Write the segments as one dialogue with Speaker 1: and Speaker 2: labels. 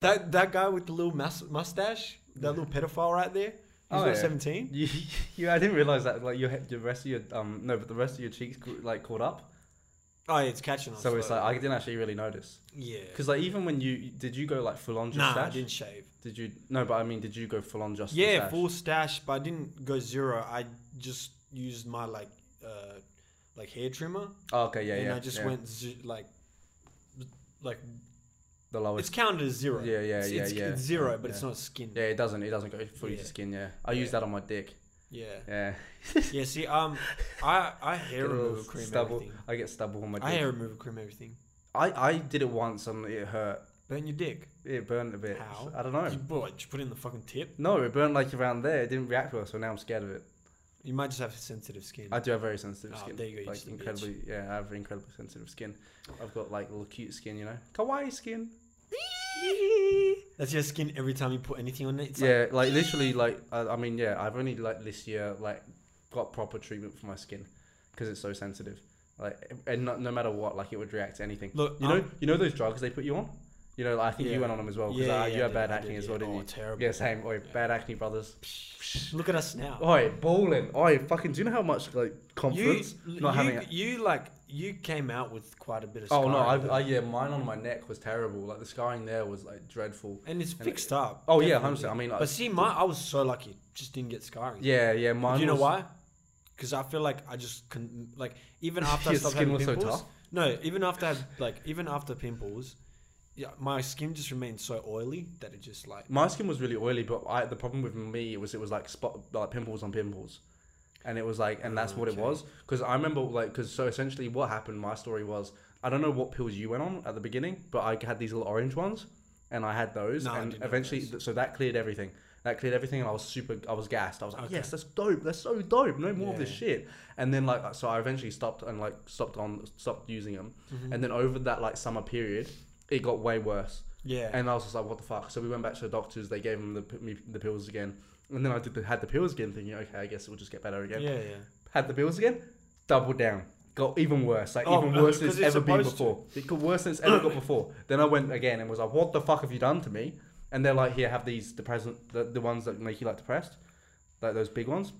Speaker 1: That that guy with the little mus- mustache, that little pedophile right there. He's
Speaker 2: Oh,
Speaker 1: not
Speaker 2: yeah.
Speaker 1: seventeen.
Speaker 2: You, you, I didn't realize that. Like your, he- your rest of your, um, no, but the rest of your cheeks grew- like caught up.
Speaker 1: Oh, yeah, it's catching us.
Speaker 2: So it's like I didn't actually really notice.
Speaker 1: yeah.
Speaker 2: Because like even when you did you go like full on just
Speaker 1: Nah, I
Speaker 2: stash?
Speaker 1: didn't shave.
Speaker 2: Did you? No, but I mean, did you go full on just the
Speaker 1: yeah,
Speaker 2: stash?
Speaker 1: full stash, but I didn't go zero. I just used my like, uh, like hair trimmer,
Speaker 2: Oh, okay, yeah,
Speaker 1: and
Speaker 2: yeah.
Speaker 1: I just
Speaker 2: yeah.
Speaker 1: went z- like, like
Speaker 2: the
Speaker 1: it's
Speaker 2: lowest.
Speaker 1: counted as zero.
Speaker 2: Oh, Yeah, yeah,
Speaker 1: it's,
Speaker 2: yeah,
Speaker 1: it's,
Speaker 2: yeah.
Speaker 1: It's zero, but it's
Speaker 2: Yeah.
Speaker 1: not skin.
Speaker 2: Yeah, it doesn't. It doesn't go fully
Speaker 1: Yeah.
Speaker 2: to skin. Yeah, I
Speaker 1: Yeah.
Speaker 2: used that on my dick.
Speaker 1: Yeah,
Speaker 2: Yeah.
Speaker 1: yeah. See, um, I I
Speaker 2: Get
Speaker 1: hair
Speaker 2: a little
Speaker 1: removal cream
Speaker 2: stubble.
Speaker 1: everything.
Speaker 2: I get stubble on my dick.
Speaker 1: I hair removal cream everything.
Speaker 2: I, I did it once and it hurt.
Speaker 1: Burn your dick.
Speaker 2: It burned a bit.
Speaker 1: How?
Speaker 2: I don't know.
Speaker 1: You, well, like, you put it in the fucking tip.
Speaker 2: No, it burned like around there. It didn't react well, so now I'm scared of it.
Speaker 1: You might just have sensitive skin.
Speaker 2: I do have very sensitive
Speaker 1: Oh,
Speaker 2: skin.
Speaker 1: there you go, you
Speaker 2: Like
Speaker 1: just a bitch.
Speaker 2: incredibly, yeah, I have incredibly sensitive skin. I've got like little cute skin, you know, kawaii skin.
Speaker 1: That's your skin every time you put anything on it. It's like,
Speaker 2: yeah, like, literally, like I, I mean, yeah, I've only like this year like got proper treatment for my skin because it's so sensitive. Like, and no, no matter what, like it would react to anything.
Speaker 1: Look,
Speaker 2: you know,
Speaker 1: I'm-
Speaker 2: you know those drugs they put you on. You know, like, I think
Speaker 1: Yeah.
Speaker 2: you went on them as well because
Speaker 1: Yeah,
Speaker 2: uh,
Speaker 1: yeah,
Speaker 2: you
Speaker 1: I
Speaker 2: had
Speaker 1: did,
Speaker 2: bad
Speaker 1: I
Speaker 2: acne
Speaker 1: did,
Speaker 2: as well,
Speaker 1: yeah.
Speaker 2: didn't
Speaker 1: Oh,
Speaker 2: you?
Speaker 1: terrible.
Speaker 2: Yeah, same. Oi,
Speaker 1: Yeah.
Speaker 2: bad acne brothers.
Speaker 1: Look at us now.
Speaker 2: Oi, balling. Oi, fucking. Do you know how much like confidence
Speaker 1: you,
Speaker 2: not
Speaker 1: you,
Speaker 2: having it?
Speaker 1: you like you came out with quite a bit of.
Speaker 2: Oh no, I,
Speaker 1: scarring, though.
Speaker 2: I yeah, mine on my neck was terrible. Like the scarring there was like dreadful.
Speaker 1: and it's
Speaker 2: and
Speaker 1: fixed up.
Speaker 2: Oh yeah,
Speaker 1: definitely.
Speaker 2: hundred. I mean, like,
Speaker 1: But see, my I was so lucky, just didn't get scarring.
Speaker 2: yeah, yeah, mine.
Speaker 1: Do you know
Speaker 2: was,
Speaker 1: why? Because I feel like I just can like even after I
Speaker 2: Your
Speaker 1: stopped
Speaker 2: skin
Speaker 1: having
Speaker 2: was so
Speaker 1: pimples.
Speaker 2: tough?
Speaker 1: No, even after I had, like even after pimples, yeah, my skin just remained so oily that it just like
Speaker 2: My skin was really oily, but I, the problem with me was it was like spot like pimples on pimples, and it was like, and that's what it
Speaker 1: Okay.
Speaker 2: was. Because I remember like, because so essentially what happened. My story was I don't know what pills you went on at the beginning, but I had these little orange ones, and I had those,
Speaker 1: No, I
Speaker 2: and
Speaker 1: didn't have
Speaker 2: eventually,
Speaker 1: those.
Speaker 2: th- so that cleared everything. That cleared everything, and I was super. I was gassed. I was like,
Speaker 1: Okay.
Speaker 2: yes, that's dope. That's so dope. No more of this
Speaker 1: Yeah.
Speaker 2: shit. And then like, so I eventually stopped and like stopped on stopped using them.
Speaker 1: Mm-hmm.
Speaker 2: And then over that like summer period, it got way worse.
Speaker 1: yeah.
Speaker 2: And I was just like, what the fuck? So we went back to the doctors. They gave him the p- me, the pills again. And then I did the, had the pills again, thinking, okay, I guess it will just get better
Speaker 1: yeah,
Speaker 2: again.
Speaker 1: yeah,
Speaker 2: Had the pills again, doubled down. Got even worse, like
Speaker 1: Oh,
Speaker 2: even worse than
Speaker 1: because
Speaker 2: it's
Speaker 1: it's
Speaker 2: ever been
Speaker 1: supposed to.
Speaker 2: before. It got worse than it's ever got before. Then I went again and was like, what the fuck have you done to me? And they're like, here, have these depressant, the, the ones that make you like depressed, like those big ones.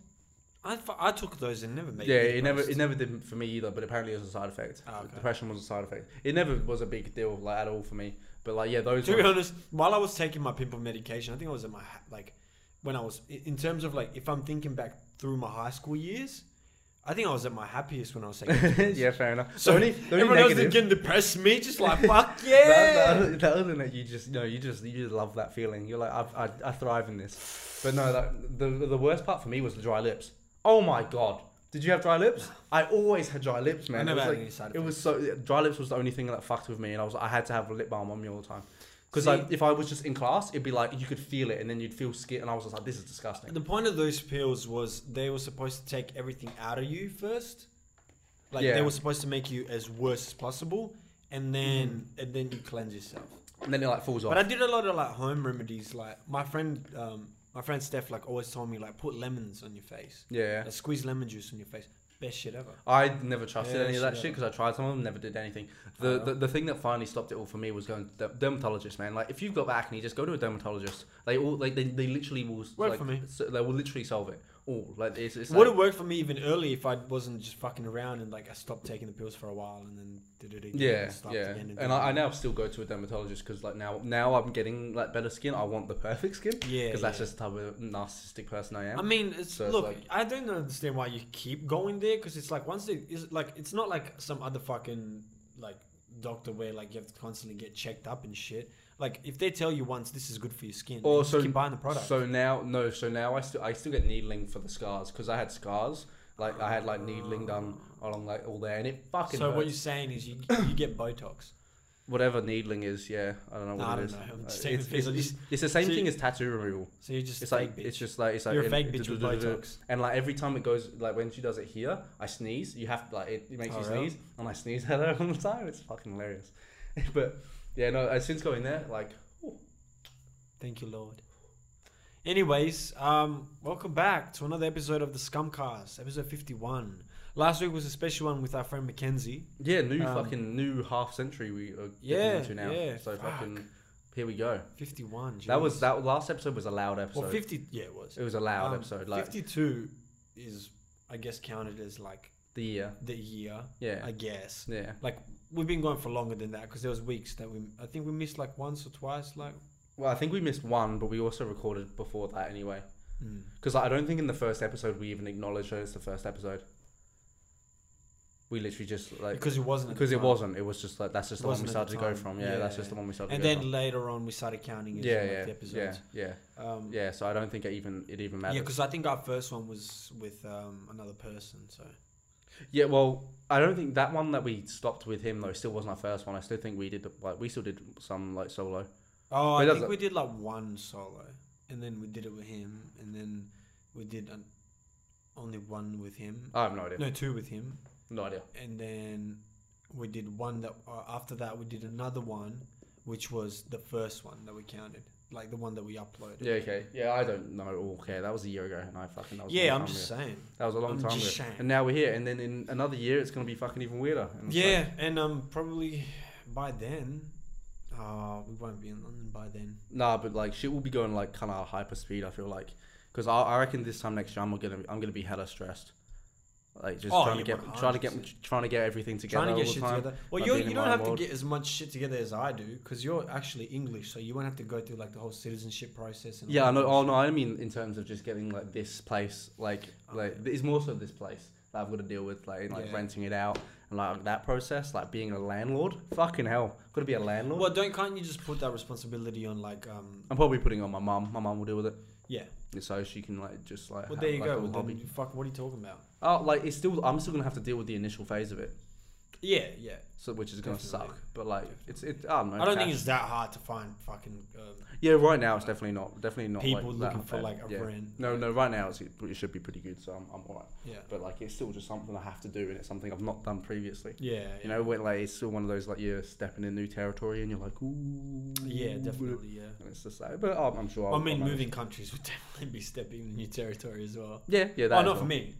Speaker 1: I, fu- I took those and never made.
Speaker 2: yeah,
Speaker 1: me
Speaker 2: it never
Speaker 1: depressed.
Speaker 2: it never did for me either, but apparently it was a side effect.
Speaker 1: Ah, okay.
Speaker 2: Depression was a side effect. It never was a big deal like at all for me. But like yeah, those
Speaker 1: To be
Speaker 2: ones-
Speaker 1: honest, while I was taking my pimple medication, I think I was at my ha- like when I was in in terms of like if I'm thinking back through my high school years, I think I was at my happiest when I was taking. pimples.
Speaker 2: yeah, fair enough.
Speaker 1: So
Speaker 2: the only, the only
Speaker 1: everyone else
Speaker 2: negative,
Speaker 1: is getting depressed. Me just like fuck
Speaker 2: the,
Speaker 1: yeah.
Speaker 2: the, the other that you just no, you just you just love that feeling. You're like, I, I, I thrive in this. But no, that, the the worst part for me was the dry lips. Oh my god, did you have dry lips? I always had dry lips, man.
Speaker 1: never
Speaker 2: it was
Speaker 1: had
Speaker 2: like,
Speaker 1: any side
Speaker 2: It was so dry lips was the only thing that fucked with me, and I was I had to have lip balm on me all the time. Because
Speaker 1: See-
Speaker 2: like if I was just in class, it'd be like you could feel it, and then you'd feel skin, and I was just like, this is disgusting.
Speaker 1: The point of those pills was they were supposed to take everything out of you first. Like
Speaker 2: Yeah.
Speaker 1: they were supposed to make you as worse as possible, and then
Speaker 2: Mm.
Speaker 1: and then you cleanse yourself.
Speaker 2: And then it like falls off.
Speaker 1: But I did a lot of like home remedies. Like my friend, um, my friend Steph, like always told me like put lemons on your face,
Speaker 2: yeah.
Speaker 1: like, squeeze lemon juice on your face. Best shit ever.
Speaker 2: I never trusted
Speaker 1: Yeah,
Speaker 2: any of that
Speaker 1: shit.
Speaker 2: shit because I tried some of them, never did anything. The, the the thing that finally stopped it all for me was going to the dermatologist, man. Like if you've got acne, just go to a dermatologist. They all like they, they literally will
Speaker 1: Work
Speaker 2: like,
Speaker 1: for me.
Speaker 2: So they will literally solve it all. Like it's, it's
Speaker 1: Would
Speaker 2: like,
Speaker 1: have worked for me even early if I wasn't just fucking around and like I stopped taking the pills for a while and then did it again.
Speaker 2: yeah
Speaker 1: and stopped
Speaker 2: yeah.
Speaker 1: again
Speaker 2: And,
Speaker 1: did it
Speaker 2: I, I
Speaker 1: again.
Speaker 2: now still go to a dermatologist because like now now I'm getting like better skin. I want the perfect skin.
Speaker 1: Yeah,
Speaker 2: Because that's
Speaker 1: yeah.
Speaker 2: just the type of narcissistic person I am.
Speaker 1: I mean, it's,
Speaker 2: So it's
Speaker 1: look,
Speaker 2: like-
Speaker 1: I don't understand why you keep going there because it's like once they is like it's not like some other fucking like doctor where like you have to constantly get checked up and shit. Like if they tell you once this is good for your skin,
Speaker 2: Or
Speaker 1: you just
Speaker 2: so-
Speaker 1: keep buying the product.
Speaker 2: So now, no. So now I still I still get needling for the scars because I had scars. Like I had like needling done along like all there, and it fucking.
Speaker 1: So what
Speaker 2: hurts.
Speaker 1: you're saying is you you get Botox.
Speaker 2: whatever needling is, yeah, I don't know
Speaker 1: No,
Speaker 2: what
Speaker 1: I don't
Speaker 2: it is.
Speaker 1: know. I'm
Speaker 2: Uh,
Speaker 1: just taking
Speaker 2: it's,
Speaker 1: the piss.
Speaker 2: it's,
Speaker 1: I
Speaker 2: it's,
Speaker 1: just-
Speaker 2: the same
Speaker 1: so
Speaker 2: thing
Speaker 1: you-
Speaker 2: as tattoo removal.
Speaker 1: So you're just
Speaker 2: It's
Speaker 1: a
Speaker 2: like
Speaker 1: fake bitch.
Speaker 2: it's just like it's like
Speaker 1: You're a
Speaker 2: in-
Speaker 1: fake bitch with Botox.
Speaker 2: And like every time it goes, like when she does it here, I sneeze. You have to like it, it makes
Speaker 1: Oh,
Speaker 2: you
Speaker 1: really?
Speaker 2: sneeze, and I sneeze at her all the time. It's fucking hilarious. but yeah, no. uh, Since going there, like
Speaker 1: Thank you, Lord. Anyways, um, welcome back to another episode of the Scumcast, episode 51. Last week was a special one with our friend Mackenzie.
Speaker 2: yeah, new
Speaker 1: Um,
Speaker 2: fucking new half century we are getting
Speaker 1: Yeah,
Speaker 2: into now.
Speaker 1: yeah,
Speaker 2: so
Speaker 1: fuck.
Speaker 2: fucking Here we go.
Speaker 1: 51. Jesus.
Speaker 2: That was that last episode was a loud episode.
Speaker 1: Well, 50. Yeah, it was.
Speaker 2: it was a loud
Speaker 1: Um,
Speaker 2: episode. Like
Speaker 1: 52 is, I guess, counted as like
Speaker 2: the year.
Speaker 1: the year.
Speaker 2: Yeah.
Speaker 1: I guess.
Speaker 2: Yeah.
Speaker 1: Like we've been going for longer than that because there was weeks that we. I think we missed like once or twice. Like.
Speaker 2: Well, I think we missed one, but we also recorded before that anyway.
Speaker 1: Mm.
Speaker 2: Because I don't think in the first episode we even acknowledged that it's the first episode. We literally just like
Speaker 1: because it wasn't. at the
Speaker 2: because it
Speaker 1: time.
Speaker 2: wasn't. It was just like that's just
Speaker 1: It
Speaker 2: the one we
Speaker 1: wasn't at the
Speaker 2: started to go
Speaker 1: time.
Speaker 2: from. Yeah,
Speaker 1: Yeah,
Speaker 2: that's
Speaker 1: yeah,
Speaker 2: just the one we started.
Speaker 1: And
Speaker 2: to go
Speaker 1: then
Speaker 2: from.
Speaker 1: later on, we started counting it.
Speaker 2: yeah,
Speaker 1: like,
Speaker 2: yeah,
Speaker 1: the
Speaker 2: yeah,
Speaker 1: episodes.
Speaker 2: yeah,
Speaker 1: Um,
Speaker 2: yeah. So I don't think it even it even
Speaker 1: Yeah,
Speaker 2: matters.
Speaker 1: because I think our first one was with um, another person. So
Speaker 2: Yeah, well, I don't think that one that we stopped with him though still wasn't our first one. I still think we did like we still did some like solo.
Speaker 1: oh,
Speaker 2: But
Speaker 1: I
Speaker 2: that's
Speaker 1: think
Speaker 2: a-
Speaker 1: we did like one solo, and then we did it with him, and then we did an, only one with him.
Speaker 2: I have no idea. No,
Speaker 1: No, two with him,
Speaker 2: idea.
Speaker 1: and then we did one that uh, after that we did another one, which was the first one that we counted, like the one that we uploaded.
Speaker 2: Yeah, okay. Yeah, I don't know or care. That was a year ago, and I fucking that was a
Speaker 1: Yeah,
Speaker 2: long
Speaker 1: I'm
Speaker 2: time
Speaker 1: just
Speaker 2: ago.
Speaker 1: saying.
Speaker 2: that was a long
Speaker 1: I'm
Speaker 2: time ago.
Speaker 1: just saying.
Speaker 2: And now we're here, and then in another year it's gonna be fucking even weirder. And it's
Speaker 1: Yeah,
Speaker 2: like-
Speaker 1: and um, probably by then, uh, we won't be in London by then.
Speaker 2: nah, but like shit will be going like kind of hyper speed. I feel like because I, I reckon this time next year I'm gonna I'm gonna be hella stressed. Like just
Speaker 1: Oh,
Speaker 2: trying to
Speaker 1: yeah,
Speaker 2: get trying to get
Speaker 1: 100%.
Speaker 2: trying to get everything together
Speaker 1: trying to get
Speaker 2: all the
Speaker 1: shit
Speaker 2: time.
Speaker 1: together. Well,
Speaker 2: like
Speaker 1: you're,
Speaker 2: being
Speaker 1: you
Speaker 2: in
Speaker 1: don't
Speaker 2: my
Speaker 1: have
Speaker 2: world.
Speaker 1: to get as much shit together as I do because you're actually English, so you won't have to go through like the whole citizenship process. And all
Speaker 2: Yeah, I
Speaker 1: that
Speaker 2: know. Oh
Speaker 1: bullshit.
Speaker 2: no, I mean in terms of just getting like this place, like
Speaker 1: Oh,
Speaker 2: like it's more so this place that I've got to deal with, like and, like
Speaker 1: Yeah.
Speaker 2: renting it out and like that process, like being a landlord. Fucking hell, got to be a landlord.
Speaker 1: Well, don't can't you just put that responsibility on like um
Speaker 2: I'm probably putting it on my mum. My mum will deal with it,
Speaker 1: yeah.
Speaker 2: so she can like just like.
Speaker 1: Well,
Speaker 2: have,
Speaker 1: there you
Speaker 2: like,
Speaker 1: go.
Speaker 2: a little
Speaker 1: Well,
Speaker 2: hobby.
Speaker 1: then, fuck, what are you talking about?
Speaker 2: Oh, like it's still. I'm still gonna have to deal with the initial phase of it,
Speaker 1: Yeah, yeah.
Speaker 2: so which is gonna
Speaker 1: Definitely.
Speaker 2: suck. But like, it's it. I don't know.
Speaker 1: I don't think
Speaker 2: cash-
Speaker 1: it's that hard to find fucking um,
Speaker 2: Yeah, right now it's definitely not. Definitely not.
Speaker 1: people
Speaker 2: like, that
Speaker 1: looking for
Speaker 2: bad.
Speaker 1: like a
Speaker 2: yeah.
Speaker 1: rent.
Speaker 2: No, no. Right now it's, it should be pretty good, so I'm, I'm alright.
Speaker 1: Yeah,
Speaker 2: but like it's still just something I have to do, and it's something I've not done previously.
Speaker 1: yeah.
Speaker 2: You know, when like it's still one of those like you're stepping in new territory, and you're like, ooh,
Speaker 1: yeah, definitely. Yeah.
Speaker 2: And it's just like, but oh, I'm sure.
Speaker 1: I
Speaker 2: I'll-
Speaker 1: mean,
Speaker 2: I'll
Speaker 1: moving countries would definitely be stepping in new territory as well.
Speaker 2: manage. Yeah, yeah. That
Speaker 1: Oh,
Speaker 2: as
Speaker 1: not for
Speaker 2: well.
Speaker 1: me.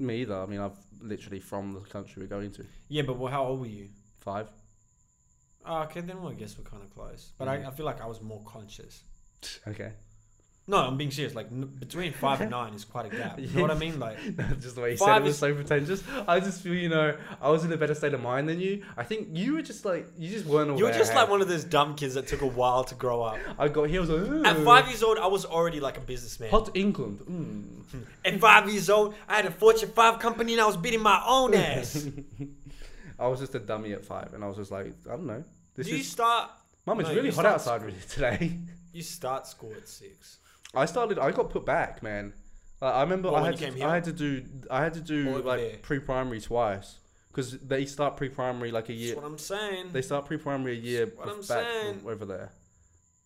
Speaker 2: Me either. I mean, I've literally from the country we're going to
Speaker 1: Yeah, but well, how old were you?
Speaker 2: five.
Speaker 1: Ah, okay, then well, I guess we're kind of close. But
Speaker 2: Mhm.
Speaker 1: I, I feel like I was more conscious.
Speaker 2: Okay,
Speaker 1: No, I'm being serious. Like n- between five and nine is quite a gap. You know what I mean? Like
Speaker 2: just the way you said
Speaker 1: Five
Speaker 2: it was
Speaker 1: is-
Speaker 2: so pretentious. I just feel, you know, I was in a better state of mind than you. I think you were just like, you just weren't aware.
Speaker 1: you're just
Speaker 2: how-
Speaker 1: like one of those dumb kids that took a while to grow up.
Speaker 2: I got here. I was like,
Speaker 1: At
Speaker 2: "Ooh,
Speaker 1: five years old, I was already like a businessman.
Speaker 2: hot England. Mm.
Speaker 1: At five years old, I had a Fortune Five company and I was beating my own ass.
Speaker 2: I was just a dummy at five, and I was just like, I don't know. This
Speaker 1: Do you
Speaker 2: is
Speaker 1: start?
Speaker 2: Mum, it's
Speaker 1: No,
Speaker 2: really
Speaker 1: you
Speaker 2: hot
Speaker 1: start-
Speaker 2: outside with you today.
Speaker 1: You start school at six.
Speaker 2: I started. I got put back, man. Like, I remember
Speaker 1: What,
Speaker 2: I
Speaker 1: when
Speaker 2: had
Speaker 1: you
Speaker 2: to,
Speaker 1: came
Speaker 2: I
Speaker 1: here?
Speaker 2: had to do I had to
Speaker 1: Or
Speaker 2: do
Speaker 1: over
Speaker 2: like
Speaker 1: there?
Speaker 2: pre-primary twice because they start pre-primary like a
Speaker 1: That's
Speaker 2: year.
Speaker 1: what I'm saying.
Speaker 2: They start pre-primary a year
Speaker 1: what I'm
Speaker 2: bef- back
Speaker 1: saying.
Speaker 2: from over there.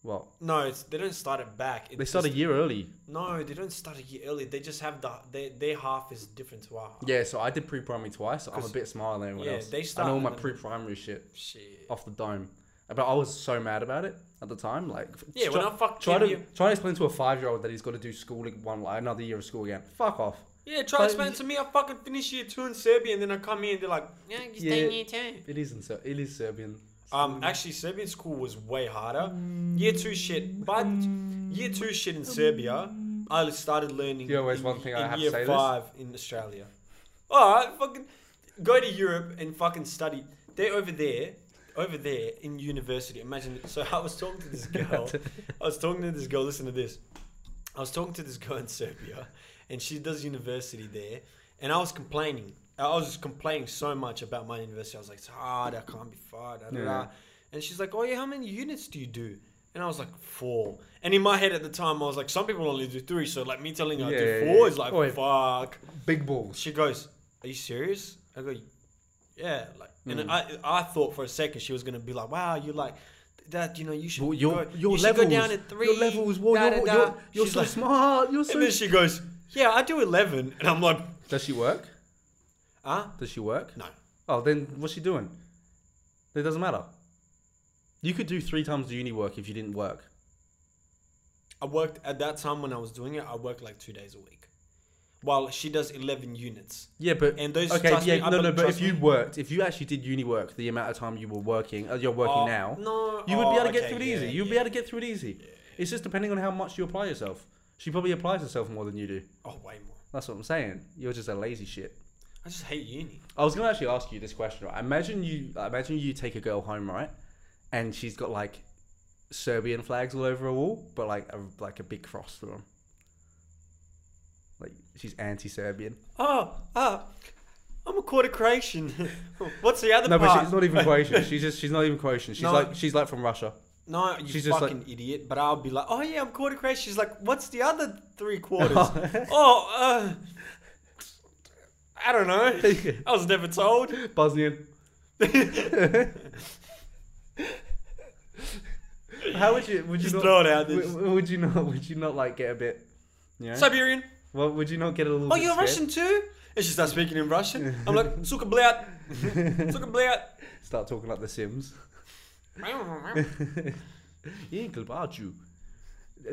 Speaker 2: Well,
Speaker 1: no, it's, they don't start it back. It's
Speaker 2: they start a
Speaker 1: just-
Speaker 2: year early.
Speaker 1: No, they don't start a year early. They just have the they, their half is different to our half.
Speaker 2: Yeah, so I did pre-primary twice. So I'm a
Speaker 1: 'Cause-
Speaker 2: bit smarter than everyone
Speaker 1: yeah,
Speaker 2: else.
Speaker 1: they
Speaker 2: I
Speaker 1: start
Speaker 2: know all
Speaker 1: in
Speaker 2: my
Speaker 1: the-
Speaker 2: pre-primary shit
Speaker 1: Shit.
Speaker 2: off the dome, but I was so mad about it at the time. Like,
Speaker 1: Yeah,
Speaker 2: try,
Speaker 1: when I fuck
Speaker 2: try
Speaker 1: came
Speaker 2: to
Speaker 1: here-
Speaker 2: try to explain to a five-year-old that he's got to do school like, one like, another year of school again. Fuck off.
Speaker 1: Yeah, try
Speaker 2: But-
Speaker 1: to explain to me. I fucking finish year two in Serbia, and then I come here and they're like, "Yeah, you stay
Speaker 2: Yeah.
Speaker 1: in year two.
Speaker 2: It is in Ser- it is Serbian.
Speaker 1: Um, actually, Serbian school was way harder.
Speaker 2: Mm.
Speaker 1: Year two shit, but year two shit in Serbia, I started learning.
Speaker 2: You know, there's
Speaker 1: in,
Speaker 2: one thing I
Speaker 1: in
Speaker 2: have to
Speaker 1: year
Speaker 2: say this.
Speaker 1: five in Australia. All right, fucking go to Europe and fucking study. They're over there, over there in university. Imagine. So I was talking to this girl. I was talking to this girl. Listen to this. I was talking to this girl in Serbia, and she does university there. And I was complaining. I was just complaining so much about my university. I was like, it's hard. I can't be fired. Da, da, da."
Speaker 2: Yeah.
Speaker 1: And she's like, oh yeah, how many units do you do? And I was like, four. And in my head at the time, I was like, some people only do three. So like me telling her I
Speaker 2: Yeah,
Speaker 1: do
Speaker 2: yeah,
Speaker 1: four
Speaker 2: yeah.
Speaker 1: is like,
Speaker 2: Oi.
Speaker 1: fuck.
Speaker 2: Big balls.
Speaker 1: She goes, "Are you serious?" I go, "Yeah." Like,
Speaker 2: Hmm.
Speaker 1: and I I thought for a second she was gonna be like, "Wow, you like that? You know, you should
Speaker 2: Your your,
Speaker 1: go,
Speaker 2: your
Speaker 1: you should
Speaker 2: levels.
Speaker 1: go down to three.
Speaker 2: Your levels. Whoa,
Speaker 1: da, da,
Speaker 2: you're,
Speaker 1: da."
Speaker 2: you're, you're
Speaker 1: She's
Speaker 2: so
Speaker 1: like-
Speaker 2: smart. You're
Speaker 1: And
Speaker 2: so.
Speaker 1: then she goes, "Yeah, I do 11. and I'm like,
Speaker 2: Does she work?
Speaker 1: "Huh?
Speaker 2: Does she work?
Speaker 1: No."
Speaker 2: Oh, then what's she doing? It doesn't matter. You could do three times the uni work if you didn't work.
Speaker 1: I worked at that time when I was doing it. I worked like two days a week, while she does 11 units.
Speaker 2: Yeah, but
Speaker 1: And those
Speaker 2: okay,
Speaker 1: trust
Speaker 2: yeah,
Speaker 1: me, I
Speaker 2: no, no.
Speaker 1: believe-
Speaker 2: But
Speaker 1: trust
Speaker 2: if you
Speaker 1: me.
Speaker 2: worked, if you actually did uni work, the amount of time you were working, uh, you're working
Speaker 1: Oh,
Speaker 2: now,
Speaker 1: No.
Speaker 2: you would be
Speaker 1: oh,
Speaker 2: able to get
Speaker 1: okay,
Speaker 2: through it
Speaker 1: yeah,
Speaker 2: easy. You'd be
Speaker 1: yeah.
Speaker 2: able to get through it easy. It's just depending on how much you apply yourself. She probably applies herself more than you do.
Speaker 1: Oh, way more.
Speaker 2: That's what I'm saying. You're just a lazy shit.
Speaker 1: I just hate uni.
Speaker 2: I was gonna actually ask you this question. Right? Imagine you, imagine you take a girl home, right, and she's got like Serbian flags all over her wall, but like a, like a big cross through them. Like she's anti-Serbian.
Speaker 1: Oh, ah, I'm a quarter Croatian. What's the other
Speaker 2: No,
Speaker 1: part?
Speaker 2: but she's not even Croatian. She's just she's not even Croatian. She's
Speaker 1: No.
Speaker 2: like she's like from Russia.
Speaker 1: No, you
Speaker 2: She's just
Speaker 1: fucking idiot. But I'll be like, oh yeah, I'm quarter Croatian. She's like, what's the other three quarters?
Speaker 2: Oh.
Speaker 1: oh, uh, I don't know. I was never told.
Speaker 2: Bosnian. How would you would you
Speaker 1: Just
Speaker 2: not,
Speaker 1: throw it out.
Speaker 2: w-
Speaker 1: There's-
Speaker 2: w- would you not would you not like get a bit you know?
Speaker 1: Siberian.
Speaker 2: well, would you not get a little
Speaker 1: Oh,
Speaker 2: bit
Speaker 1: you're
Speaker 2: scared?
Speaker 1: Russian too? And she starts speaking in Russian. I'm like, suka blyat, suka blyat.
Speaker 2: Start talking like the Sims. Yeah, Glabaju.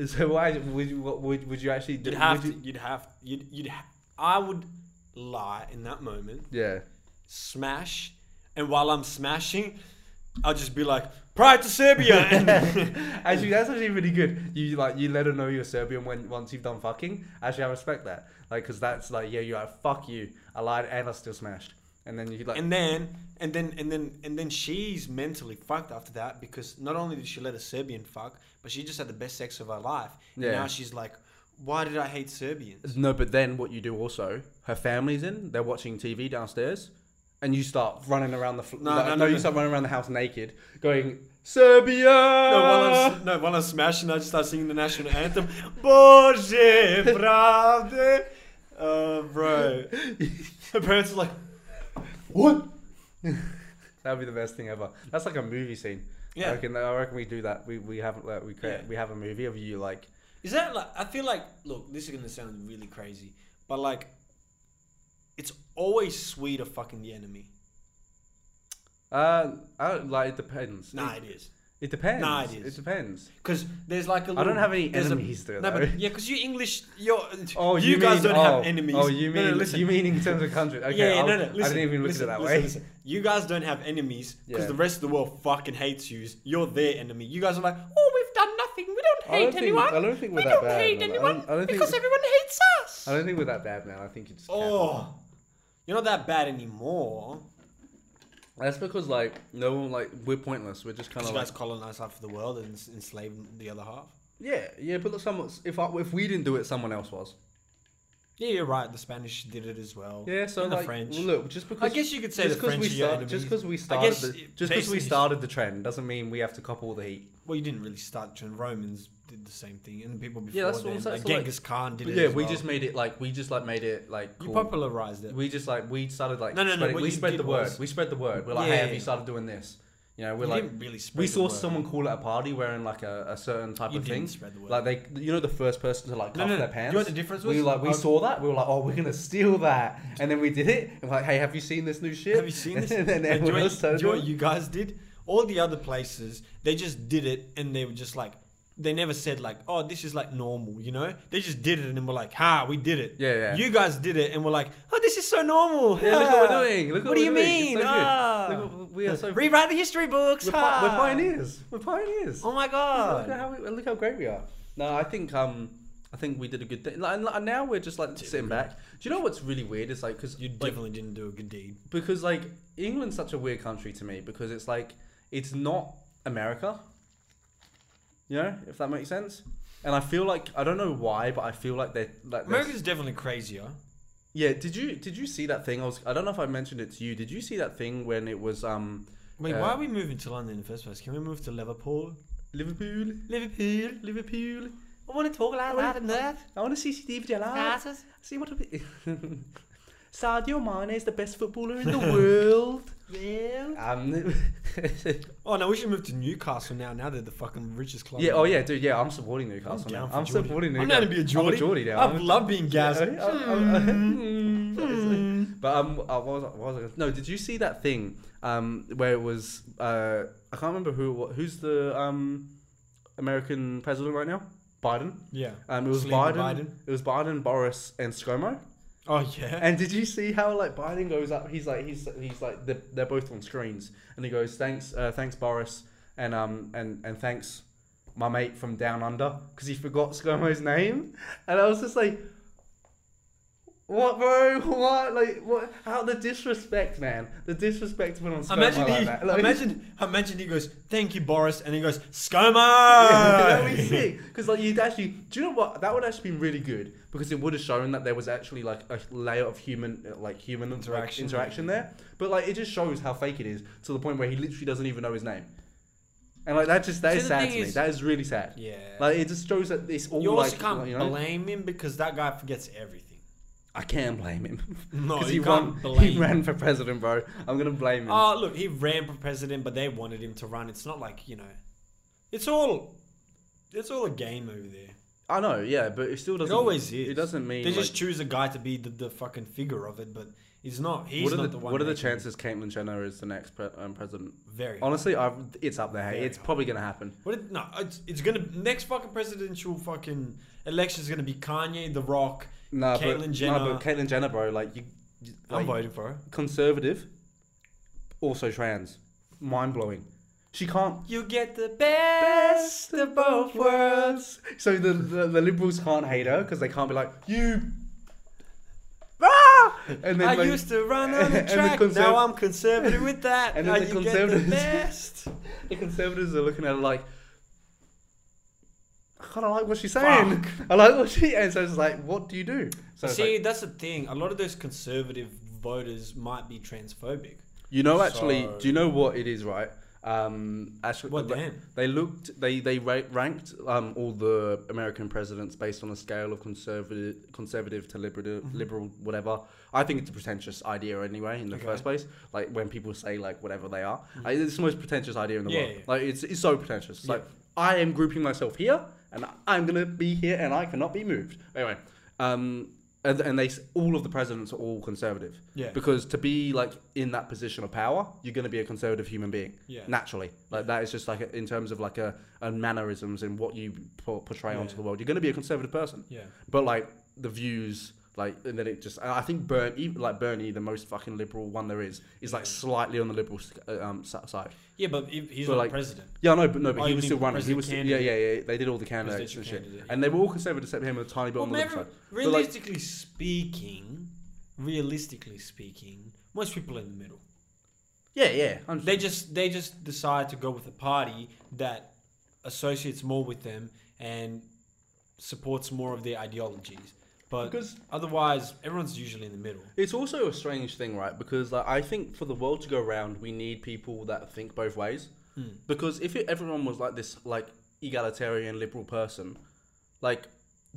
Speaker 2: So why would you, what, would would you actually do?
Speaker 1: You'd have
Speaker 2: would
Speaker 1: to.
Speaker 2: you-
Speaker 1: You'd have. You'd. You'd. Ha- I would lie in that moment,
Speaker 2: Yeah.
Speaker 1: smash, and while I'm smashing, I'll just be like, "Pride to Serbia!" And
Speaker 2: actually, that's actually really good. You like you let her know you're Serbian when once you've done fucking. Actually, I respect that. Like, cause that's like yeah, you're like fuck you. I lied and I still smashed. And then you like
Speaker 1: and then and then and then and then she's mentally fucked after that because not only did she let a Serbian fuck, but she just had the best sex of her life.
Speaker 2: Yeah.
Speaker 1: And now she's like, "Why did I hate Serbians?"
Speaker 2: no, but then what you do also? Her family's in. They're watching TV downstairs, and you start running around the. Fl-
Speaker 1: No,
Speaker 2: like,
Speaker 1: no,
Speaker 2: no,
Speaker 1: no,
Speaker 2: you
Speaker 1: no.
Speaker 2: start running around the house naked, going Serbia.
Speaker 1: No, while I'm, s- no, while I'm smashing, I just start singing the national anthem. Bože pravde. Uh, bro. Her parents are like,
Speaker 2: What? that would be the best thing ever. That's like a movie scene.
Speaker 1: Yeah.
Speaker 2: I reckon, I reckon we do that. We, we have like, we create
Speaker 1: Yeah.
Speaker 2: we have a movie of you like
Speaker 1: is that like, I feel like, look, this is going to sound really crazy, but like, it's always sweeter fucking the enemy.
Speaker 2: uh I don't, like it depends.
Speaker 1: Nah,
Speaker 2: it,
Speaker 1: it is.
Speaker 2: it depends.
Speaker 1: Nah, it is.
Speaker 2: It depends.
Speaker 1: Because there's like a
Speaker 2: I don't have any
Speaker 1: there's
Speaker 2: enemies there,
Speaker 1: No,
Speaker 2: though.
Speaker 1: but yeah, because you English, you're,
Speaker 2: Oh,
Speaker 1: you,
Speaker 2: you,
Speaker 1: guys
Speaker 2: mean-
Speaker 1: don't have
Speaker 2: oh,
Speaker 1: enemies.
Speaker 2: Oh, you mean
Speaker 1: No, no, listen.
Speaker 2: you mean in terms of country? Okay,
Speaker 1: yeah, yeah,
Speaker 2: I'll-
Speaker 1: no, no. Listen,
Speaker 2: I didn't even look
Speaker 1: listen,
Speaker 2: at it that
Speaker 1: listen,
Speaker 2: way.
Speaker 1: listen. You guys don't have enemies because
Speaker 2: Yeah.
Speaker 1: the rest of the world fucking hates you. You're their enemy. You guys are like, oh, we've done nothing. We don't
Speaker 2: I
Speaker 1: hate
Speaker 2: don't think-
Speaker 1: anyone.
Speaker 2: I don't think we're
Speaker 1: we
Speaker 2: that
Speaker 1: don't
Speaker 2: bad,
Speaker 1: hate
Speaker 2: man. I
Speaker 1: anyone
Speaker 2: don't- I don't think-
Speaker 1: because everyone hates us.
Speaker 2: I don't think we're that bad now. I think you just can't.
Speaker 1: oh, you're not that bad anymore.
Speaker 2: That's because like no one like we're pointless. We're just kind
Speaker 1: 'Cause
Speaker 2: of
Speaker 1: you
Speaker 2: like
Speaker 1: guys colonized half of the world and s- enslaved the other half.
Speaker 2: yeah yeah. But look, someone if I, if we didn't do it, someone else was.
Speaker 1: Yeah, you're right. The Spanish did it as well.
Speaker 2: Yeah, so
Speaker 1: and
Speaker 2: like,
Speaker 1: the French.
Speaker 2: well, look, just because
Speaker 1: guess you could say
Speaker 2: just
Speaker 1: the
Speaker 2: 'cause
Speaker 1: French
Speaker 2: we
Speaker 1: are your
Speaker 2: start,
Speaker 1: enemies.
Speaker 2: just because we
Speaker 1: I
Speaker 2: started
Speaker 1: guess
Speaker 2: the,
Speaker 1: it-
Speaker 2: just because we
Speaker 1: basically-
Speaker 2: started the trend doesn't mean we have to cop all the heat.
Speaker 1: well, you didn't really start. John Romans did the same thing, and people before
Speaker 2: Yeah, that's what
Speaker 1: them,
Speaker 2: I'm saying.
Speaker 1: like
Speaker 2: So, like-
Speaker 1: Genghis Khan did
Speaker 2: But
Speaker 1: it.
Speaker 2: yeah,
Speaker 1: as
Speaker 2: we
Speaker 1: well.
Speaker 2: just made it like we just like made it like
Speaker 1: you
Speaker 2: cool.
Speaker 1: popularized it.
Speaker 2: we just like we started like
Speaker 1: No, no, no,
Speaker 2: spreading-
Speaker 1: what
Speaker 2: we
Speaker 1: you
Speaker 2: spread
Speaker 1: did
Speaker 2: the word.
Speaker 1: was-
Speaker 2: We spread the word. We're like,
Speaker 1: Yeah,
Speaker 2: hey,
Speaker 1: yeah,
Speaker 2: have you
Speaker 1: yeah.
Speaker 2: started doing this? You know, we're
Speaker 1: You
Speaker 2: like
Speaker 1: didn't really spread
Speaker 2: we
Speaker 1: the
Speaker 2: saw
Speaker 1: word.
Speaker 2: someone cool at a party wearing like a, a certain type
Speaker 1: You
Speaker 2: of
Speaker 1: didn't
Speaker 2: thing.
Speaker 1: spread the word.
Speaker 2: Like they, you know, the first person to like
Speaker 1: No,
Speaker 2: cuff
Speaker 1: no, no.
Speaker 2: their
Speaker 1: You
Speaker 2: pants.
Speaker 1: know what the difference
Speaker 2: We
Speaker 1: was?
Speaker 2: like we
Speaker 1: I-
Speaker 2: saw that. We were like, oh, we're gonna steal that, and then we did it. And we're like, hey, have you seen this new shit?
Speaker 1: Have you seen this?
Speaker 2: and then
Speaker 1: And do you
Speaker 2: everyone
Speaker 1: know
Speaker 2: else
Speaker 1: what- do
Speaker 2: started
Speaker 1: you know what
Speaker 2: doing it.
Speaker 1: you guys did? All the other places, they just did it and they were just like, they never said like, oh, this is like normal, you know? They just did it and were like, ha, we did it.
Speaker 2: Yeah, yeah.
Speaker 1: You guys did it and were like, oh, this is so normal.
Speaker 2: Yeah, look what
Speaker 1: ha."
Speaker 2: we're doing. Look
Speaker 1: what
Speaker 2: what
Speaker 1: do
Speaker 2: we're
Speaker 1: you
Speaker 2: doing.
Speaker 1: mean?
Speaker 2: It's so good.
Speaker 1: Ah.
Speaker 2: Look what- we are so-
Speaker 1: Rewrite the history books.
Speaker 2: We're,
Speaker 1: ha."
Speaker 2: pi- we're pioneers. We're pioneers.
Speaker 1: Oh my
Speaker 2: look,
Speaker 1: god.
Speaker 2: at how we, look how great we are. No, I think um, I think we did a good thing. Like, and like, now we're just like sitting back. Do you know what's really weird? It's like because
Speaker 1: You definitely didn't do a good deed.
Speaker 2: because like England's such a weird country to me because it's like it's not America. You know, if that makes sense. And I feel like I don't know why, but I feel like they're like they're-
Speaker 1: America's definitely crazier.
Speaker 2: yeah. Did you did you see that thing? I was I don't know if I mentioned it to you. Did you see that thing when it was um
Speaker 1: Wait,
Speaker 2: uh,
Speaker 1: why are we moving to London in the first place? Can we move to Liverpool?
Speaker 2: Liverpool
Speaker 1: Liverpool.
Speaker 2: Liverpool?
Speaker 1: I want to talk like
Speaker 2: that
Speaker 1: and that.
Speaker 2: I want to see Steve Gerrard. See what a bit. Sadio Mane is the best footballer in the world. Um,
Speaker 1: Oh no, we should move to Newcastle now. Now they're the fucking richest club.
Speaker 2: yeah. Oh yeah, dude. Yeah, I'm supporting Newcastle.
Speaker 1: I'm
Speaker 2: I'm,
Speaker 1: down
Speaker 2: now.
Speaker 1: for
Speaker 2: I'm
Speaker 1: Geordie.
Speaker 2: supporting
Speaker 1: I'm
Speaker 2: Newcastle.
Speaker 1: down to be a Geordie.
Speaker 2: I'm a Geordie now.
Speaker 1: I
Speaker 2: I'm-
Speaker 1: love being gassed. Hmm.
Speaker 2: Yeah, I- I- I- but um, uh, what was, I- what was I gonna, no? Did you see that thing um where it was uh I can't remember who what, who's the um American president right now? Biden.
Speaker 1: yeah.
Speaker 2: Um, it was
Speaker 1: Sleepy
Speaker 2: Biden,
Speaker 1: Biden.
Speaker 2: It was Biden, Boris, and ScoMo.
Speaker 3: Oh yeah.
Speaker 2: And did you see how like Biden goes up? He's like he's he's like they're, they're both on screens, and he goes thanks uh, thanks Boris and um and and thanks my mate from down under because he forgot ScoMo's name, and I was just like, what bro? What like what? How the disrespect, man? The disrespect went on ScoMo
Speaker 1: Imagine
Speaker 2: like
Speaker 1: he,
Speaker 2: that. Like,
Speaker 1: imagine, imagine he goes, "Thank you, Boris," and he goes,
Speaker 2: that would be
Speaker 1: "Scoma."
Speaker 2: sick because like you'd actually do you know what that would actually be really good because it would have shown that there was actually like a layer of human uh, like human like,
Speaker 1: Interaction.
Speaker 2: interaction there but like it just shows how fake it is to the point where he literally doesn't even know his name and like that just that
Speaker 3: See,
Speaker 2: is
Speaker 3: the
Speaker 2: sad
Speaker 3: thing
Speaker 2: to me
Speaker 3: is-
Speaker 2: that is really sad
Speaker 1: yeah.
Speaker 2: like it just shows that it's all
Speaker 1: you also
Speaker 2: like
Speaker 1: can't
Speaker 2: you know
Speaker 1: blame him because that guy forgets everything.
Speaker 2: I can blame him
Speaker 1: No,
Speaker 2: 'Cause
Speaker 1: you
Speaker 2: he
Speaker 1: can't
Speaker 2: won
Speaker 1: blame.
Speaker 2: he ran for president bro I'm gonna blame him
Speaker 1: Oh, look, he ran for president, but they wanted him to run. It's not like you know, it's all, it's all a game over there.
Speaker 2: I know yeah but it still doesn't
Speaker 1: always is.
Speaker 2: it doesn't mean
Speaker 1: They
Speaker 2: like,
Speaker 1: just choose a guy to be the, the fucking figure of it, but he's not. He's
Speaker 2: what are
Speaker 1: not
Speaker 2: the,
Speaker 1: the one.
Speaker 2: what are the
Speaker 1: making it.
Speaker 2: chances Caitlyn Jenner is the next pre- um, president
Speaker 1: Very.
Speaker 2: Honestly, i it's up there.
Speaker 1: Very
Speaker 2: it's
Speaker 1: hard.
Speaker 2: probably gonna happen.
Speaker 1: What it, no, it's, it's gonna next fucking presidential fucking election is gonna be Kanye, The Rock.
Speaker 2: Nah,
Speaker 1: Caitlyn
Speaker 2: but
Speaker 1: Jenner-
Speaker 2: Nah, but Caitlyn Jenner, bro, like you, you-
Speaker 1: I'm
Speaker 2: like,
Speaker 1: voting for her.
Speaker 2: conservative, also trans, mind blowing. She can't.
Speaker 1: You get the best of both worlds.
Speaker 2: So the the, the liberals can't hate her because they can't be like you. Ah! And then
Speaker 1: I
Speaker 2: like,
Speaker 1: used to run on
Speaker 2: and
Speaker 1: the
Speaker 2: the
Speaker 1: track.
Speaker 2: conserv-
Speaker 1: now I'm conservative with that.
Speaker 2: And
Speaker 1: And
Speaker 2: then
Speaker 1: now
Speaker 2: the
Speaker 1: you get
Speaker 2: conservatives-
Speaker 1: the best.
Speaker 2: the conservatives are looking at her like. I kind of like what she's saying. I like what she, and so it's like, what do you do? So it's
Speaker 1: See,
Speaker 2: like,
Speaker 1: that's the thing. A lot of those conservative voters might be transphobic.
Speaker 2: you know, actually,
Speaker 1: so-
Speaker 2: do you know what it is, right? Um, actually,
Speaker 1: What
Speaker 2: the-
Speaker 1: then?
Speaker 2: They looked. They they ra- ranked um, all the American presidents based on a scale of conservative, conservative to liberal,
Speaker 1: Mm-hmm.
Speaker 2: liberal, whatever. I think it's a pretentious idea anyway. In the
Speaker 1: Okay. Mm.
Speaker 2: first place, like when people say like whatever they are, I, it's the most pretentious idea in the
Speaker 1: Yeah,
Speaker 2: world.
Speaker 1: yeah.
Speaker 2: Like it's it's so pretentious. It's Like I am grouping myself here, and I'm gonna be here, and I cannot be moved. Anyway, um, and, and they s- all of the presidents are all conservative.
Speaker 1: Yeah.
Speaker 2: Because to be like in that position of power, you're gonna be a conservative human being
Speaker 1: Yeah.
Speaker 2: naturally. Like that is just like a, in terms of like a, a mannerisms and what you por- portray onto
Speaker 1: Yeah.
Speaker 2: the world. You're going to be a conservative person,
Speaker 1: Yeah.
Speaker 2: but like the views, like and then it just. I think Bernie, like Bernie, the most fucking liberal one there is, is like
Speaker 1: Yeah.
Speaker 2: slightly on the liberal s- uh, um, s- side.
Speaker 1: Yeah, but if he's
Speaker 2: But
Speaker 1: not
Speaker 2: like-
Speaker 1: president.
Speaker 2: Yeah, no, but no,
Speaker 1: Oh,
Speaker 2: but he
Speaker 1: you
Speaker 2: was
Speaker 1: mean
Speaker 2: still running. He
Speaker 1: president
Speaker 2: was still, yeah,
Speaker 1: candidate.
Speaker 2: yeah, yeah. They did all the candidates
Speaker 1: Presidential
Speaker 2: and shit,
Speaker 1: candidate,
Speaker 2: and they were all conservative except him and a tiny bit
Speaker 1: Well,
Speaker 2: on the liberal
Speaker 1: never-
Speaker 2: side. But, like-
Speaker 1: realistically speaking, realistically speaking, most people are in the middle.
Speaker 2: Yeah, yeah. I'm
Speaker 1: They just they just decide to go with a party that associates more with them and supports more of their ideologies. But
Speaker 2: Because-
Speaker 1: otherwise, everyone's usually in the middle.
Speaker 2: It's also a strange thing, right? Because like, I think for the world to go round, we need people that think both ways.
Speaker 1: Hmm.
Speaker 2: Because if it, everyone was like this, like egalitarian liberal person, like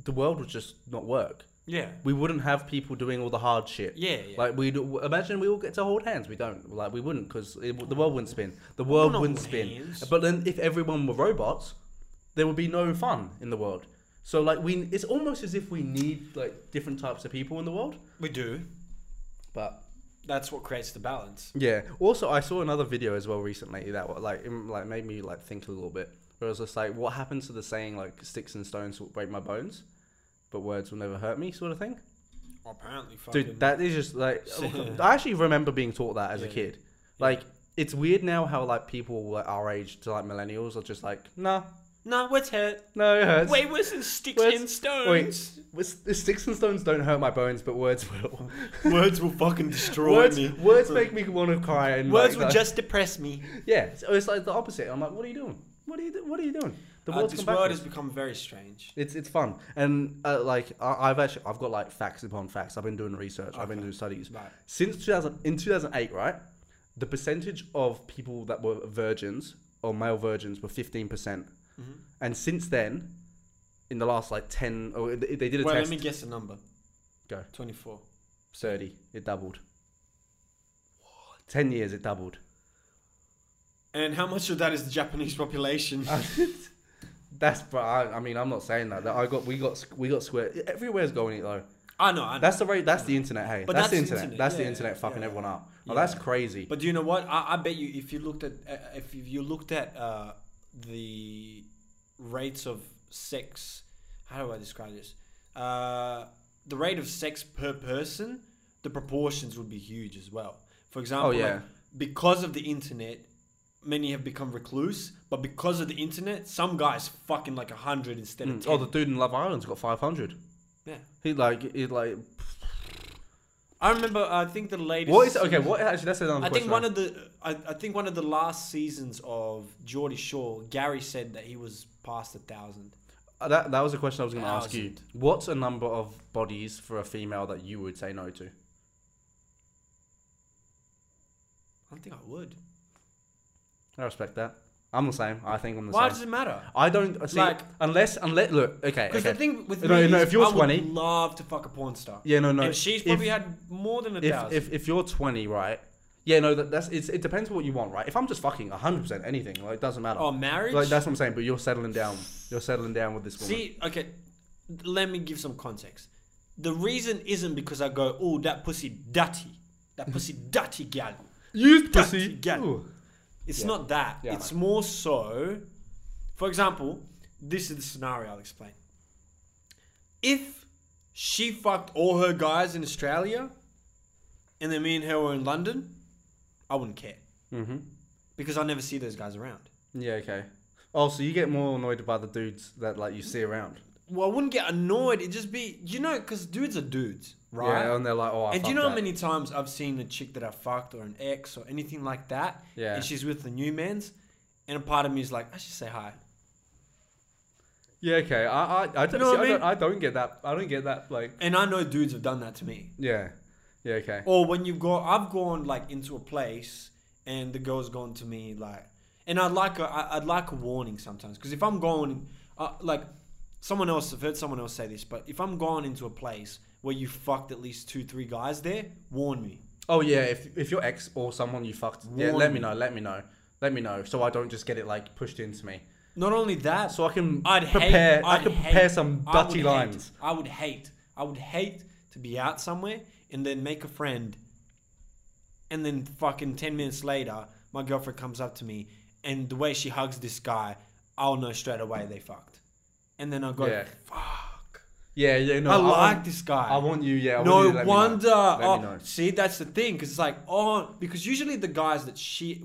Speaker 2: the world would just not work.
Speaker 1: Yeah,
Speaker 2: We wouldn't have people doing all the hard shit.
Speaker 1: yeah, yeah.
Speaker 2: Like we would imagine we all get to hold hands. We don't. Like we wouldn't because the world wouldn't spin. The world
Speaker 1: not
Speaker 2: wouldn't
Speaker 1: hold
Speaker 2: spin.
Speaker 1: hands.
Speaker 2: But then if everyone were robots, there would be no fun in the world. So like we, it's almost as if we need like different types of people in the world.
Speaker 1: we do.
Speaker 2: But
Speaker 1: That's what creates the balance.
Speaker 2: yeah. Also, I saw another video as well recently that wa- like im- like made me like think a little bit. Where I was just like, what happens to the saying like sticks and stones will break my bones, but words will never hurt me, sort of thing.
Speaker 1: Apparently, fucking.
Speaker 2: Dude, that is just like I actually remember being taught that as a
Speaker 1: Yeah.
Speaker 2: kid. Like it's weird now how like people like, our age to like millennials are just like, nah,
Speaker 1: no, what's hurt?
Speaker 2: no, it hurts.
Speaker 1: Way worse than sticks
Speaker 2: Words-
Speaker 1: and stones.
Speaker 2: Wait, s- sticks and stones don't hurt my bones, but words will.
Speaker 1: Words will fucking destroy
Speaker 2: words, words make me want to cry. And
Speaker 1: Words
Speaker 2: like,
Speaker 1: will
Speaker 2: that-
Speaker 1: just depress me.
Speaker 2: Yeah, so it's like the opposite. I'm like, what are you doing? What are you? do- What are you doing? The
Speaker 1: Uh,
Speaker 2: world's
Speaker 1: this
Speaker 2: come
Speaker 1: world
Speaker 2: back.
Speaker 1: has become very strange.
Speaker 2: It's it's fun and uh, like I, I've actually I've got like facts upon facts. I've been doing research. I've been
Speaker 1: Okay.
Speaker 2: doing studies
Speaker 1: Right.
Speaker 2: since 2000 in 2008. Right, the percentage of people that were virgins or male virgins were 15 percent,
Speaker 1: Mm-hmm.
Speaker 2: and since then, in the last like 10 or they, they did a
Speaker 1: Wait,
Speaker 2: test.
Speaker 1: let me guess the number.
Speaker 2: Go.
Speaker 1: 24.
Speaker 2: 30. It doubled. 10 years it doubled.
Speaker 1: And how much of that is the Japanese population?
Speaker 2: Uh, That's but I, I mean I'm not saying that. That I got we got squ- we got square. Everywhere's going it though.
Speaker 1: I know, I know.
Speaker 2: That's the rate. That's the internet. Hey,
Speaker 1: But
Speaker 2: that's,
Speaker 1: that's
Speaker 2: the
Speaker 1: the
Speaker 2: internet.
Speaker 1: internet,
Speaker 2: That's the
Speaker 1: yeah,
Speaker 2: internet fucking
Speaker 1: yeah.
Speaker 2: everyone up. Oh,
Speaker 1: Yeah.
Speaker 2: that's crazy.
Speaker 1: But do you know what? I, I bet you if you looked at uh, if you looked at uh, the rates of sex, how do I describe this? Uh, the rate of sex per person, the proportions would be huge as well. For example,
Speaker 2: Oh
Speaker 1: like,
Speaker 2: yeah.
Speaker 1: because of the internet, many have become recluse. But because of the internet, some guys fucking like hundred instead of
Speaker 2: Mm.
Speaker 1: 10.
Speaker 2: Oh, the dude in Love Island's got five hundred.
Speaker 1: Yeah.
Speaker 2: He like he like
Speaker 1: I remember. I think the latest.
Speaker 2: what is okay? What actually? That's another
Speaker 1: I
Speaker 2: question.
Speaker 1: think one of the I, I think one of the last seasons of Geordie Shore, Gary said that he was past a thousand.
Speaker 2: Uh, that that was a question I was going to ask you.
Speaker 1: Thousand.
Speaker 2: What's a number of bodies for a female that you would say no to?
Speaker 1: I don't think I would.
Speaker 2: I respect that. I'm the same. I think I'm the
Speaker 1: Why
Speaker 2: same.
Speaker 1: does it matter?
Speaker 2: I don't see
Speaker 1: Like-
Speaker 2: unless unless look okay
Speaker 1: Because
Speaker 2: okay
Speaker 1: the thing with
Speaker 2: No,
Speaker 1: me
Speaker 2: no,
Speaker 1: is
Speaker 2: if you're
Speaker 1: I would
Speaker 2: 20
Speaker 1: love to fuck a porn star.
Speaker 2: yeah no no
Speaker 1: and she's probably had more than a
Speaker 2: if,
Speaker 1: thousand.
Speaker 2: if if you're 20 right yeah no that, that's it's, it depends what you want right if I'm just fucking 100 percent anything like it doesn't matter
Speaker 1: oh, marriage.
Speaker 2: like that's what I'm saying but you're settling down you're settling down with this woman
Speaker 1: See, okay, let me give some context. The reason isn't because I go, oh, that pussy dirty, that pussy dirty gal.
Speaker 2: used
Speaker 1: That gal.
Speaker 2: Ooh.
Speaker 1: It's
Speaker 2: Yeah.
Speaker 1: not that.
Speaker 2: Yeah, I
Speaker 1: it's more so. For example, this is the scenario I'll explain. If she fucked all her guys in Australia, and then me and her were in London, I wouldn't care
Speaker 2: hmm
Speaker 1: because I never see those guys around.
Speaker 2: yeah okay oh so you get more annoyed by the dudes that like you see around
Speaker 1: Well, I wouldn't get annoyed. It'd just be, you know, because dudes are dudes, right?
Speaker 2: yeah and they're like oh I
Speaker 1: and do you
Speaker 2: fucked
Speaker 1: know how
Speaker 2: that.
Speaker 1: many times I've seen a chick that I fucked or an ex or anything like that?
Speaker 2: Yeah.
Speaker 1: And she's with the new man's, and a part of me is like, I should say hi.
Speaker 2: yeah okay I I, I, don't,
Speaker 1: know what
Speaker 2: see,
Speaker 1: I
Speaker 2: I,
Speaker 1: mean?
Speaker 2: don't, I don't get that I don't get that like
Speaker 1: And I know dudes have done that to me.
Speaker 2: yeah yeah okay
Speaker 1: Or when you go, I've gone like into a place, and the girl's gone to me like, and I'd like a, I- I'd like a warning sometimes because if I'm going, uh, like, someone else I've heard someone else say this, but if I'm going into a place where you fucked at least two three guys there, warn me.
Speaker 2: Oh yeah, if if your ex or someone you fucked, yeah,
Speaker 1: Warn
Speaker 2: let
Speaker 1: me.
Speaker 2: me know, let me know, let me know, so I don't just get it like pushed into me,
Speaker 1: Not only that,
Speaker 2: so I can
Speaker 1: I'd
Speaker 2: prepare,
Speaker 1: hate.
Speaker 2: I
Speaker 1: I'd
Speaker 2: can
Speaker 1: hate-
Speaker 2: prepare some
Speaker 1: I would
Speaker 2: dirty
Speaker 1: hate-
Speaker 2: lines.
Speaker 1: I would hate. I would hate to be out somewhere and then make a friend, and then fucking ten minutes later, my girlfriend comes up to me, and the way she hugs this guy, I'll know straight away they fucked, and then I go,
Speaker 2: Yeah.
Speaker 1: fuck.
Speaker 2: Yeah, yeah, no,
Speaker 1: I like
Speaker 2: want,
Speaker 1: this guy.
Speaker 2: I want you, yeah. I want you to
Speaker 1: no
Speaker 2: let
Speaker 1: wonder.
Speaker 2: Me know. Let
Speaker 1: oh,
Speaker 2: me know.
Speaker 1: See, that's the thing, because it's like, oh, because usually the guys that she,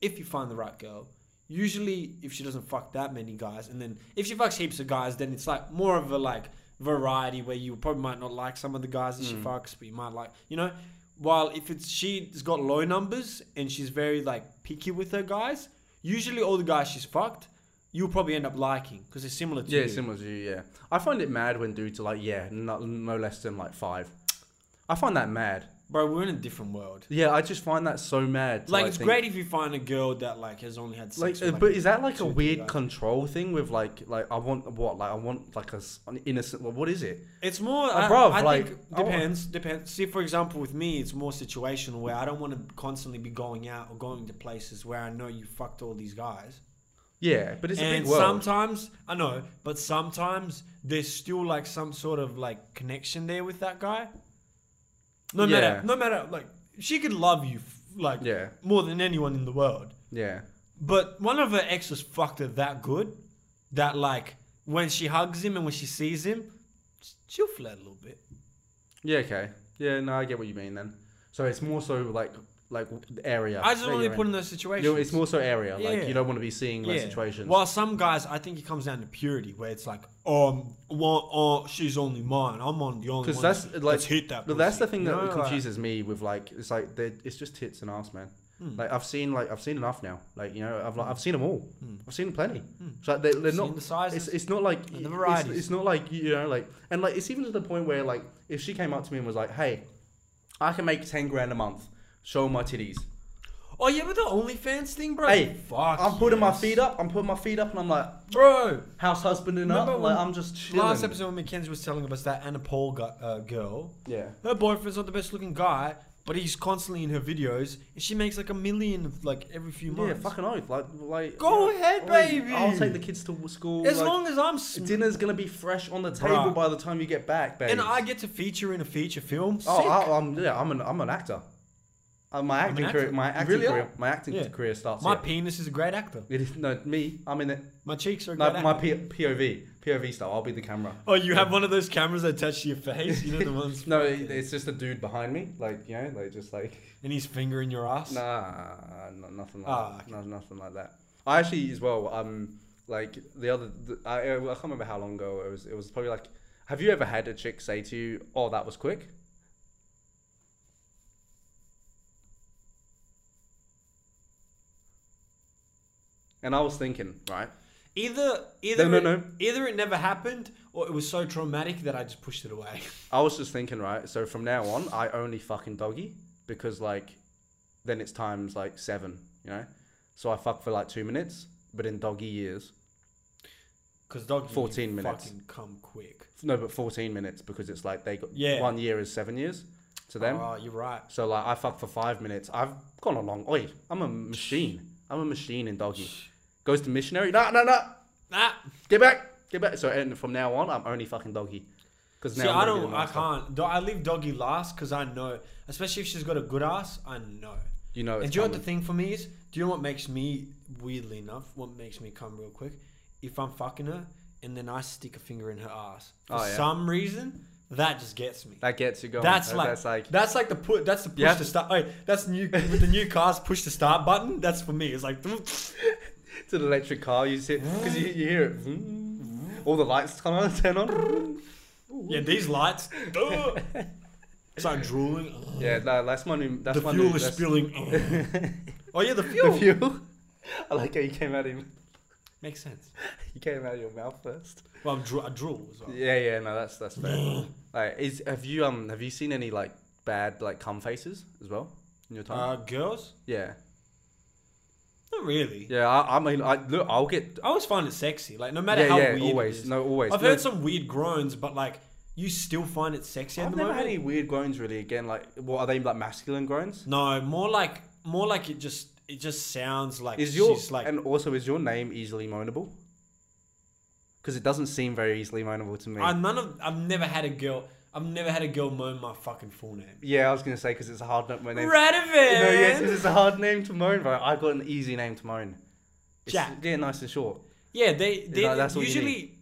Speaker 1: if you find the right girl, usually if she doesn't fuck that many guys, and then if she fucks heaps of guys, then it's like more of a like variety where you probably might not like some of the guys that
Speaker 2: Mm.
Speaker 1: she fucks, but you might like, you know. While if it's she's got low numbers and she's very like picky with her guys, usually all the guys she's fucked, you'll probably end up liking because they're similar to
Speaker 2: Yeah,
Speaker 1: you.
Speaker 2: similar to you. Yeah, I find it mad when dudes are like, yeah, no, no less than like five. I find that mad.
Speaker 1: Bro, we're in a different world.
Speaker 2: Yeah, I just find that so mad. to,
Speaker 1: like it's
Speaker 2: think-
Speaker 1: great if you find a girl that like has only had sex
Speaker 2: Like,
Speaker 1: with,
Speaker 2: uh, but is that like
Speaker 1: two
Speaker 2: a
Speaker 1: or three
Speaker 2: weird
Speaker 1: guys.
Speaker 2: control thing with like, like I want what, like I want like a s- an innocent. Well, what is it?
Speaker 1: it's more
Speaker 2: Uh,
Speaker 1: I,
Speaker 2: bruv,
Speaker 1: I
Speaker 2: like,
Speaker 1: think
Speaker 2: I want-
Speaker 1: depends depends see for example with me it's more situational where i don't want to constantly be going out or going to places where i know you fucked all these guys
Speaker 2: Yeah, but it's a
Speaker 1: and
Speaker 2: big world.
Speaker 1: sometimes i know but sometimes there's still like some sort of like connection there with that guy no
Speaker 2: Yeah.
Speaker 1: matter no matter like she could love you f- like
Speaker 2: Yeah.
Speaker 1: more than anyone in the world
Speaker 2: yeah.
Speaker 1: But one of her exes fucked her that good that like when she hugs him and when she sees him, she'll flirt a little bit.
Speaker 2: Yeah. Okay. Yeah. No, I get what you mean then. So it's more so like like the area.
Speaker 1: I just
Speaker 2: that
Speaker 1: don't want to
Speaker 2: you're
Speaker 1: be put
Speaker 2: in.
Speaker 1: in those situations.
Speaker 2: You know, it's more so area. Like
Speaker 1: Yeah.
Speaker 2: you don't want to be seeing those
Speaker 1: Yeah.
Speaker 2: situations.
Speaker 1: While some guys, I think it comes down to purity, where it's like, um, well, oh, she's only mine. I'm on the only
Speaker 2: Because
Speaker 1: one.
Speaker 2: that's
Speaker 1: that's-
Speaker 2: like
Speaker 1: let's hit that.
Speaker 2: but that's
Speaker 1: pussy.
Speaker 2: the thing
Speaker 1: You
Speaker 2: that
Speaker 1: know, like-
Speaker 2: confuses me with like it's like they're- it's just tits and ass, man.
Speaker 1: Hmm.
Speaker 2: Like I've seen like I've seen enough now. Like you know I've like, I've seen them all.
Speaker 1: Hmm.
Speaker 2: I've seen plenty.
Speaker 1: Hmm.
Speaker 2: So like, they're, they're
Speaker 1: Seen
Speaker 2: not.
Speaker 1: the sizes.
Speaker 2: It's, it's not like
Speaker 1: the
Speaker 2: it's-
Speaker 1: varieties.
Speaker 2: It's, not like you know like and like it's even to the point where like if she came up to me and was like, "Hey, I can make ten grand a month. Show my titties."
Speaker 1: oh yeah, but the OnlyFans thing, bro.
Speaker 2: Hey,
Speaker 1: fuck.
Speaker 2: I'm putting my
Speaker 1: yes.
Speaker 2: feet up. I'm putting my feet up, and I'm like
Speaker 1: bro.
Speaker 2: house husbanding
Speaker 1: Remember
Speaker 2: up. Like
Speaker 1: when-
Speaker 2: I'm just chilling.
Speaker 1: Last episode, when Mackenzie was telling us that Anna Paul got, uh, girl,
Speaker 2: Yeah.
Speaker 1: her boyfriend's not the best looking guy, but he's constantly in her videos, and she makes like a million like every few
Speaker 2: Yeah,
Speaker 1: months.
Speaker 2: fucking oath. Like, like.
Speaker 1: Go
Speaker 2: yeah,
Speaker 1: ahead,
Speaker 2: I'll-
Speaker 1: baby.
Speaker 2: I'll take the kids to school.
Speaker 1: as
Speaker 2: like,
Speaker 1: long as I'm sm-
Speaker 2: dinner's gonna be fresh on the
Speaker 1: Bruh.
Speaker 2: table by the time you get back, baby.
Speaker 1: and I get to feature in a feature film.
Speaker 2: Oh,
Speaker 1: sick.
Speaker 2: I, I'm yeah. I'm an I'm an actor. Uh, my
Speaker 1: I'm an
Speaker 2: acting
Speaker 1: actor.
Speaker 2: career. My
Speaker 1: You
Speaker 2: acting
Speaker 1: really
Speaker 2: career.
Speaker 1: are?
Speaker 2: My acting
Speaker 1: Yeah.
Speaker 2: career starts.
Speaker 1: my
Speaker 2: here.
Speaker 1: penis is a great actor.
Speaker 2: It is no me. I'm in it.
Speaker 1: My cheeks are a great
Speaker 2: No, my
Speaker 1: actor.
Speaker 2: P- POV. POV style. I'll be the camera.
Speaker 1: Oh, you have one of those cameras attached to your face. You know the ones.
Speaker 2: No, it, it's just a dude behind me, like you know, like just like
Speaker 1: and he's fingering your ass.
Speaker 2: nah, no, nothing like
Speaker 1: Ah,
Speaker 2: that. No, nothing like that. I actually as well. Um, like the other, th- I, I can't remember how long ago it was. It was probably like, have you ever had a chick say to you, "Oh, that was quick"? And I was thinking, right?
Speaker 1: Either either
Speaker 2: No,
Speaker 1: it,
Speaker 2: no, no.
Speaker 1: either it never happened or it was so traumatic that I just pushed it away.
Speaker 2: I was just thinking, right? So from now on, I only fucking doggy because like, then it's times like seven, you know. So I fuck for like two minutes, but in doggy years,
Speaker 1: Because dog
Speaker 2: 14 minutes.
Speaker 1: fucking come quick.
Speaker 2: no, but fourteen minutes because it's like they got
Speaker 1: Yeah.
Speaker 2: one year is seven years to them.
Speaker 1: Oh, you're right.
Speaker 2: So like I fuck for five minutes. I've gone a long. Oi, I'm a machine. I'm a machine in doggy. Goes to missionary. No, no, no.
Speaker 1: Ah,
Speaker 2: Get back. Get back. So and from now on, I'm only fucking doggy. Because
Speaker 1: see, I don't. I can't. Do- I leave doggy last because I know, especially if she's got a good ass. I know.
Speaker 2: You know.
Speaker 1: and
Speaker 2: It's
Speaker 1: do you know what the
Speaker 2: coming.
Speaker 1: thing for me is? Do you know what makes me weirdly enough? What makes me come real quick? If I'm fucking her and then I stick a finger in her ass for
Speaker 2: Oh, yeah.
Speaker 1: some reason, that just gets me.
Speaker 2: that gets you going.
Speaker 1: That's
Speaker 2: So
Speaker 1: like,
Speaker 2: That's like.
Speaker 1: that's like the put that's the push
Speaker 2: Yeah.
Speaker 1: to start. Wait, that's new with the new cars push to start button. That's for me. It's like
Speaker 2: to the electric car. You see, because you, you hear it. vroom. All the lights come on, turn on.
Speaker 1: yeah, these lights. Ugh. Start drooling. Ugh.
Speaker 2: Yeah, no, that's my new. That's
Speaker 1: the
Speaker 2: my
Speaker 1: fuel
Speaker 2: new,
Speaker 1: is
Speaker 2: that's-
Speaker 1: spilling. Ugh. oh yeah, the fuel.
Speaker 2: the fuel. I like how you came out of your-
Speaker 1: makes sense.
Speaker 2: you came out of your mouth first.
Speaker 1: Well, I'm dro- I drool as well.
Speaker 2: Yeah, yeah, no, that's that's fair. like, is have you um have you seen any like bad like cum faces as well in your time?
Speaker 1: Uh, girls?
Speaker 2: yeah,
Speaker 1: Not really.
Speaker 2: yeah. I, I mean, I look, I'll get.
Speaker 1: I always find it sexy. Like no matter
Speaker 2: Yeah,
Speaker 1: how
Speaker 2: yeah,
Speaker 1: weird it
Speaker 2: always,
Speaker 1: is.
Speaker 2: no, always.
Speaker 1: I've
Speaker 2: No,
Speaker 1: heard some weird groans, but like you still find it sexy at
Speaker 2: I've
Speaker 1: the
Speaker 2: never
Speaker 1: moment.
Speaker 2: had any weird groans really. Again, like, what are they like masculine groans?
Speaker 1: No, more like more like it just it just sounds like
Speaker 2: Is your
Speaker 1: she's like
Speaker 2: and also is your name easily moanable? Because it doesn't seem very easily moanable to me.
Speaker 1: I none of I've never had a girl I've never had a girl moan my fucking full name.
Speaker 2: yeah, I was gonna say because it's a hard name. My name. No, yeah,
Speaker 1: Radovan.
Speaker 2: because it's a hard name to moan, bro. I got an easy name to moan. It's,
Speaker 1: Jack.
Speaker 2: Yeah, nice and short.
Speaker 1: yeah, they they
Speaker 2: like, that's what you
Speaker 1: usually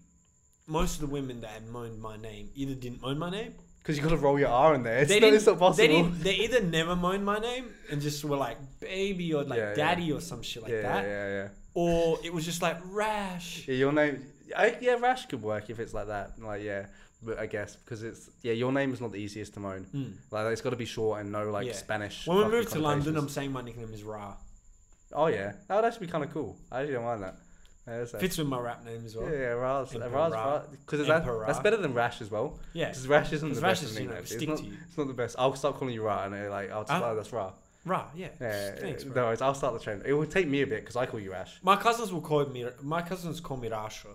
Speaker 1: most of the women that had moaned my name either didn't moan my name.
Speaker 2: Because you gotta roll your R in there. It's,
Speaker 1: They
Speaker 2: not,
Speaker 1: didn't,
Speaker 2: it's not possible.
Speaker 1: They, didn't, they either never moaned my name and just were like baby or like
Speaker 2: Yeah, yeah.
Speaker 1: daddy or some shit like
Speaker 2: yeah,
Speaker 1: that.
Speaker 2: yeah, yeah,
Speaker 1: Or it was just like rash.
Speaker 2: yeah. Your name. I, yeah, Rash could work if it's like that. Like, yeah. But I guess because it's yeah, your name is not the easiest to moan.
Speaker 1: Mm.
Speaker 2: Like it's got to be short and no like
Speaker 1: Yeah.
Speaker 2: Spanish.
Speaker 1: When we
Speaker 2: fucking
Speaker 1: moved to London, um, I'm
Speaker 2: connotations.
Speaker 1: saying my nickname is Ra.
Speaker 2: oh yeah, that would actually be kind of cool. I actually don't mind that. Yeah, that's-
Speaker 1: Fits with my rap name as well.
Speaker 2: Yeah, yeah, Raz,
Speaker 1: Emperor.
Speaker 2: because that,
Speaker 1: Emperor.
Speaker 2: that's better than Rash as well.
Speaker 1: Yeah.
Speaker 2: Because Rash isn't
Speaker 1: 'Cause
Speaker 2: the
Speaker 1: Rash
Speaker 2: best.
Speaker 1: is,
Speaker 2: thing,
Speaker 1: you know,
Speaker 2: actually.
Speaker 1: stick
Speaker 2: it's, not,
Speaker 1: to you.
Speaker 2: it's not the best. I'll start calling you Ra, and uh, like I'll just,
Speaker 1: Huh?
Speaker 2: oh, that's Ra.
Speaker 1: Ra, yeah.
Speaker 2: Yeah,
Speaker 1: Thanks,
Speaker 2: yeah,
Speaker 1: bro.
Speaker 2: no worries. I'll start the train. It will take me a bit because I call you Rash.
Speaker 1: My cousins will call me. My cousins call me Rasha.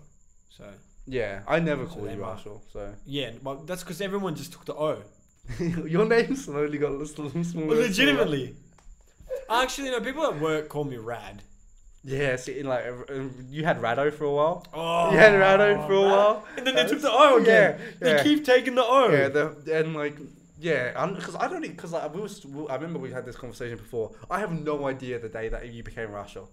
Speaker 1: So
Speaker 2: Yeah, I never
Speaker 1: So
Speaker 2: call
Speaker 1: they
Speaker 2: you
Speaker 1: might-
Speaker 2: Rash. or- So
Speaker 1: yeah, well, that's because everyone just took the O.
Speaker 2: your name slowly got little smaller. and
Speaker 1: Well,
Speaker 2: smaller.
Speaker 1: legitimately. Actually, no. People at work call me Rad.
Speaker 2: Yeah, see, in like uh, um, you had Rado for a while.
Speaker 1: Oh,
Speaker 2: You had Rado for a
Speaker 1: Rad.
Speaker 2: while.
Speaker 1: and then they
Speaker 2: That
Speaker 1: took
Speaker 2: was-
Speaker 1: the O again.
Speaker 2: Yeah,
Speaker 1: they
Speaker 2: yeah.
Speaker 1: keep taking the O.
Speaker 2: Yeah, the, and like, yeah, because I don't, because like we was, we- I remember we had this conversation before. I have no idea the day that you became rational.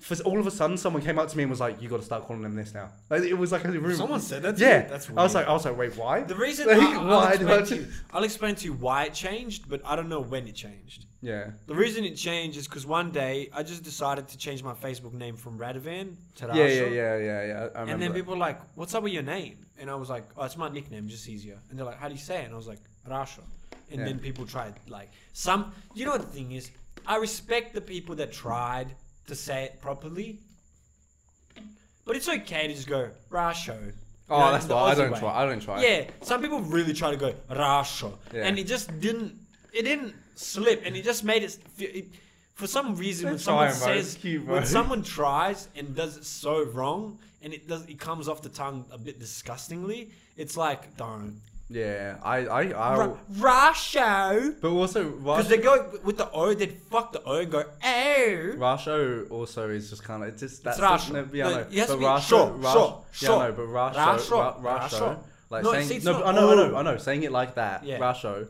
Speaker 2: For all of a sudden, someone came up to me and was like, "You got to start calling them this now." Like, it was like a rumor.
Speaker 1: Someone said that. to
Speaker 2: yeah,
Speaker 1: me. that's weird.
Speaker 2: I was like, I was like, wait, why?
Speaker 1: the reason.
Speaker 2: Like,
Speaker 1: I, I'll,
Speaker 2: why do I
Speaker 1: explain to
Speaker 2: do-
Speaker 1: you, I'll explain to you why it changed, but I don't know when it changed.
Speaker 2: yeah,
Speaker 1: The reason it changed is because one day I just decided to change my Facebook name from Radovan to Rasha.
Speaker 2: yeah, yeah, yeah, yeah, yeah. I- I remember.
Speaker 1: And then
Speaker 2: that.
Speaker 1: people were like, "What's up with your name?" And I was like, "Oh, it's my nickname, just easier." And they're like, "How do you say it?" And I was like, "Rasha." And
Speaker 2: Yeah.
Speaker 1: then people tried like some. You know what the thing is? I respect the people that tried to say it properly, but it's okay to just go Rasho.
Speaker 2: oh,
Speaker 1: You know,
Speaker 2: that's
Speaker 1: the
Speaker 2: why I
Speaker 1: Aussie
Speaker 2: don't
Speaker 1: way.
Speaker 2: try. I don't try.
Speaker 1: Yeah, some people really try to go Rasho,
Speaker 2: Yeah.
Speaker 1: and it just didn't. It didn't slip, and it just made it. f- it for some reason,
Speaker 2: Don't
Speaker 1: when someone
Speaker 2: try, bro. It's
Speaker 1: says,
Speaker 2: cute, bro.
Speaker 1: when someone tries and does it so wrong, and it does, it comes off the tongue a bit disgustingly. It's like, darn,
Speaker 2: yeah. I, I, I.
Speaker 1: Ra- Rasho,
Speaker 2: but also,
Speaker 1: because they go with the O, they'd fuck the O and go, oh.
Speaker 2: Rasho also is just kind of it's just that's
Speaker 1: Rasho.
Speaker 2: No, yeah,
Speaker 1: No,
Speaker 2: no,
Speaker 1: it has
Speaker 2: but
Speaker 1: to be
Speaker 2: Rasho,
Speaker 1: Sho,
Speaker 2: Rasho,
Speaker 1: Sho,
Speaker 2: yeah,
Speaker 1: Sho.
Speaker 2: no, but Rasho,
Speaker 1: Rasho,
Speaker 2: Rasho, Rasho,
Speaker 1: Rasho.
Speaker 2: like
Speaker 1: No,
Speaker 2: saying
Speaker 1: see, it's
Speaker 2: no,
Speaker 1: not
Speaker 2: but I know, I know,
Speaker 1: O.
Speaker 2: I know, saying it like that,
Speaker 1: Yeah.
Speaker 2: Rasho,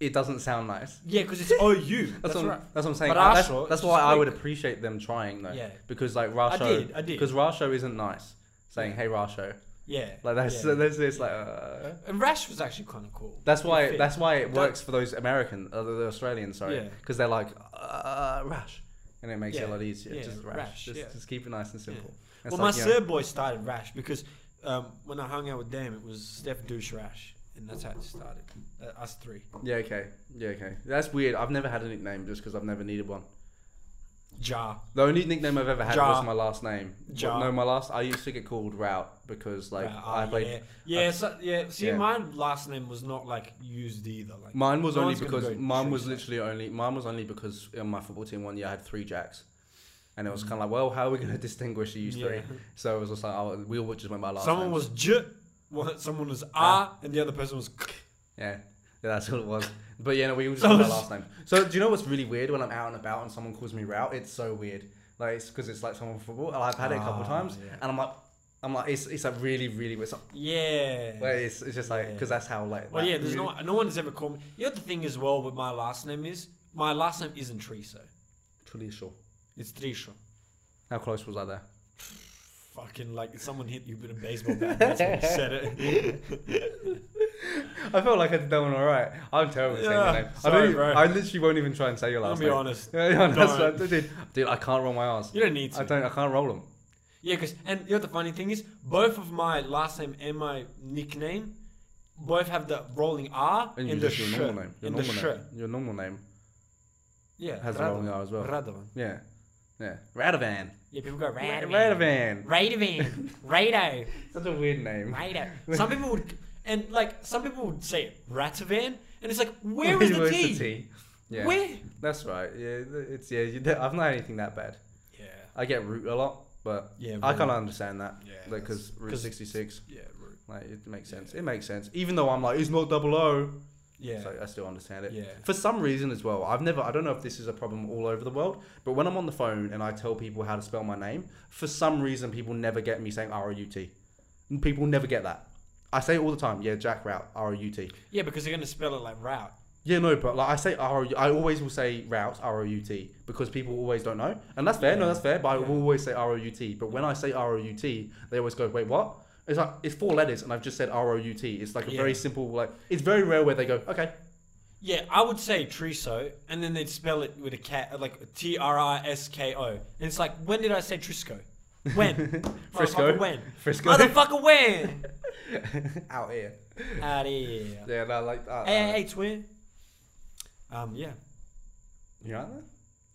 Speaker 2: it doesn't sound nice.
Speaker 1: Yeah, because it's OU.
Speaker 2: That's, what,
Speaker 1: right.
Speaker 2: that's what I'm saying.
Speaker 1: But
Speaker 2: I- that's,
Speaker 1: Rasho,
Speaker 2: that's
Speaker 1: it's
Speaker 2: why
Speaker 1: just
Speaker 2: I would
Speaker 1: quick.
Speaker 2: appreciate them trying though,
Speaker 1: Yeah.
Speaker 2: because like Rasho,
Speaker 1: did, I did.
Speaker 2: because Rasho isn't nice. saying, "Hey, Rasho."
Speaker 1: Yeah.
Speaker 2: Like that's
Speaker 1: yeah.
Speaker 2: there's this like. Uh,
Speaker 1: And Rash was actually kind of cool.
Speaker 2: that's why.
Speaker 1: Fit.
Speaker 2: That's why it
Speaker 1: Don't-
Speaker 2: works for those American, uh, the the Australians. Sorry,
Speaker 1: Yeah.
Speaker 2: because they're like uh, rash, and it makes it
Speaker 1: Yeah.
Speaker 2: a lot easier.
Speaker 1: Yeah,
Speaker 2: just rash.
Speaker 1: rash,
Speaker 2: just,
Speaker 1: yeah.
Speaker 2: just keep it nice and simple.
Speaker 1: well,
Speaker 2: And it's
Speaker 1: my
Speaker 2: like, you know,
Speaker 1: Serb boy started Rash because um, when I hung out with them, it was Steph Douche Rash, and that's how it started. Uh, us three.
Speaker 2: Yeah, okay. Yeah, okay. That's weird. I've never had a nickname just because I've never needed one.
Speaker 1: Jar.
Speaker 2: The only nickname I've ever had
Speaker 1: Jar.
Speaker 2: was my last name.
Speaker 1: Jar.
Speaker 2: No, my last. I used to get called Route because like
Speaker 1: Right,
Speaker 2: I
Speaker 1: oh,
Speaker 2: played.
Speaker 1: Yeah, yeah. so, yeah see,
Speaker 2: yeah.
Speaker 1: my last name was not like used either. Like
Speaker 2: Mine was
Speaker 1: no
Speaker 2: only
Speaker 1: one's gonna
Speaker 2: because
Speaker 1: go
Speaker 2: mine was
Speaker 1: Tracy.
Speaker 2: literally only mine was only because in my football team one year I had three jacks, and it was kind of like, well, how are we going to distinguish these
Speaker 1: Mm. Yeah.
Speaker 2: three? So it was just like, oh, we all just went by last.
Speaker 1: Someone was
Speaker 2: names.
Speaker 1: J, one- someone was R,
Speaker 2: Ah.
Speaker 1: and the other person was. K.
Speaker 2: Yeah, yeah, that's what it was. But yeah, no, we all just
Speaker 1: So
Speaker 2: got my
Speaker 1: it's-
Speaker 2: last name. So do you know what's really weird when I'm out and about and someone calls me Route? It's so weird. Like it's because it's like someone from football. and I've had it a couple
Speaker 1: Ah,
Speaker 2: times,
Speaker 1: yeah.
Speaker 2: and I'm like, I'm like, it's it's like really really weird. It's, like,
Speaker 1: Yeah.
Speaker 2: like, it's, it's just like because that's how like.
Speaker 1: well,
Speaker 2: that
Speaker 1: yeah. There's
Speaker 2: really-
Speaker 1: no no one has ever called me. You know the thing as well with my last name is my last name isn't Triso.
Speaker 2: Traditional.
Speaker 1: It's Trisho.
Speaker 2: How close was I there?
Speaker 1: Fucking like someone hit you with a baseball bat. That's when you said it.
Speaker 2: I felt like I'd done all right. I'm terrible at saying
Speaker 1: Yeah,
Speaker 2: your name.
Speaker 1: sorry,
Speaker 2: I, don't even-
Speaker 1: bro.
Speaker 2: I literally won't even try and say your
Speaker 1: I'll
Speaker 2: last
Speaker 1: be
Speaker 2: name.
Speaker 1: honest.
Speaker 2: Yeah, yeah, that's
Speaker 1: Don't.
Speaker 2: what- dude, dude, I can't roll my ass.
Speaker 1: You don't need to.
Speaker 2: I don't. I can't roll them.
Speaker 1: Yeah, because and you know what the funny thing is, both of my last name and my nickname, both have the rolling R
Speaker 2: And
Speaker 1: and
Speaker 2: you
Speaker 1: in the
Speaker 2: just your
Speaker 1: sh.
Speaker 2: normal name. Your
Speaker 1: in the
Speaker 2: normal
Speaker 1: sh.
Speaker 2: name. Your normal name
Speaker 1: Yeah,
Speaker 2: has a
Speaker 1: Radovan.
Speaker 2: rolling R as well.
Speaker 1: Radovan.
Speaker 2: Yeah. Yeah. Radovan.
Speaker 1: Yeah, people go Radovan.
Speaker 2: Radovan.
Speaker 1: Radovan. Rado.
Speaker 2: Such a weird name.
Speaker 1: Rado. Some people would, and like some people would say it, Ratovan, and it's like, where is the T?
Speaker 2: Yeah.
Speaker 1: Where?
Speaker 2: That's right. Yeah. It's yeah. You, I've not had anything that bad.
Speaker 1: Yeah.
Speaker 2: I get root a lot, but
Speaker 1: Yeah,
Speaker 2: I can't
Speaker 1: root.
Speaker 2: understand that.
Speaker 1: Yeah, that's-
Speaker 2: Like because root
Speaker 1: 'cause-
Speaker 2: sixty six.
Speaker 1: Yeah. rude.
Speaker 2: Like it makes sense. It makes sense. Even though I'm like, it's not double O.
Speaker 1: Yeah.
Speaker 2: So I still understand it.
Speaker 1: Yeah.
Speaker 2: For some reason as well, I've never, I don't know if this is a problem all over the world, but when I'm on the phone and I tell people how to spell my name, for some reason people never get me saying R O U T. People never get that. I say it all the time. Yeah, Jack Route, R O U T.
Speaker 1: yeah, because they're gonna spell it like route.
Speaker 2: Yeah, no, but like I say R O U, I always will say Route, R O U T, because people always don't know. And that's fair. No,
Speaker 1: Yeah.
Speaker 2: that's fair, but I
Speaker 1: Yeah.
Speaker 2: will always say R O U T. But when I say R O U T, they always go, wait, what? It's like, it's four letters and I've just said R O U T. It's like a
Speaker 1: Yeah.
Speaker 2: very simple, like, it's very rare where they go, okay.
Speaker 1: Yeah, I would say Triso, and then they'd spell it with a cat, like T R I S K O. And it's like, when did I say Trisco? When?
Speaker 2: Frisco.
Speaker 1: Motherfucker, when?
Speaker 2: Frisco.
Speaker 1: Motherfucker, when?
Speaker 2: out here.
Speaker 1: Out here.
Speaker 2: Yeah, no, like uh,
Speaker 1: Hey, hey, hey, twin. Um, yeah.
Speaker 2: You right there?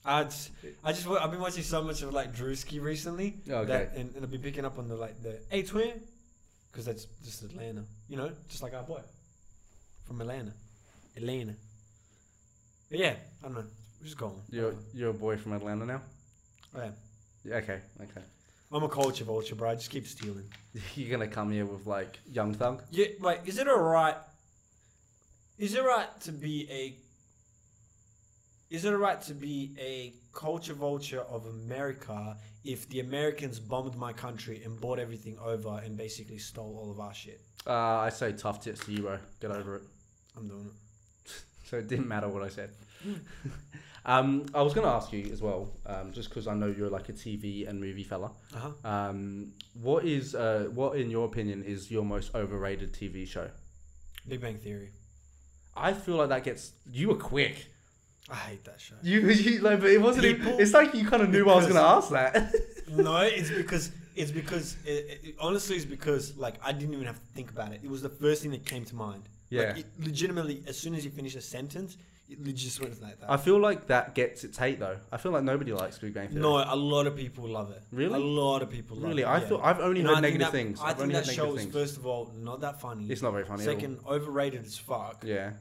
Speaker 1: I just, I just, wa- I've been watching so much of like Drewski recently.
Speaker 2: Oh, Okay.
Speaker 1: That, and, and I'll be picking up on the like the hey twin, because that's just Atlanta, you know, just like our boy from Atlanta, Atlanta. But yeah, I don't know. We're just going.
Speaker 2: You're you're a boy from Atlanta now.
Speaker 1: Yeah.
Speaker 2: Yeah, Okay, okay.
Speaker 1: I'm a culture vulture, bro. I just keep stealing.
Speaker 2: You're gonna come here with like young thug.
Speaker 1: Yeah, like, is it alright? Is it right to be a? Is it alright to be a culture vulture of America if the Americans bombed my country and bought everything over and basically stole all of our shit?
Speaker 2: Uh, I say tough tits to you, bro. Get over it.
Speaker 1: I'm doing it.
Speaker 2: So it didn't matter what I said. um, I was gonna ask you as well, um, just because I know you're like a TV and movie fella.
Speaker 1: Uh huh.
Speaker 2: Um, what is uh, what in your opinion is your most overrated TV show?
Speaker 1: Big Bang Theory.
Speaker 2: I feel like that gets you were quick.
Speaker 1: I hate that show.
Speaker 2: You, you like, but it wasn't. even-
Speaker 1: People-
Speaker 2: it's like you kind of knew I was
Speaker 1: Because-
Speaker 2: gonna ask that.
Speaker 1: no, it's because it's because it, it, honestly, it's because like I didn't even have to think about it. It was the first thing that came to mind.
Speaker 2: Yeah.
Speaker 1: Like, it legitimately, as soon as you finish a sentence, it leg- just went like that.
Speaker 2: I feel like that gets its hate though. I feel like nobody likes Big Bang Theory.
Speaker 1: no, a lot of people love it.
Speaker 2: Really?
Speaker 1: A lot of people love
Speaker 2: really.
Speaker 1: it.
Speaker 2: I
Speaker 1: yeah.
Speaker 2: feel I've only
Speaker 1: And I
Speaker 2: heard
Speaker 1: think
Speaker 2: negative
Speaker 1: that-
Speaker 2: things.
Speaker 1: I
Speaker 2: I've
Speaker 1: think
Speaker 2: only heard
Speaker 1: that show
Speaker 2: negative
Speaker 1: is
Speaker 2: things.
Speaker 1: first of all not that funny.
Speaker 2: It's not very funny.
Speaker 1: Second,
Speaker 2: Second.
Speaker 1: overrated as fuck.
Speaker 2: Yeah.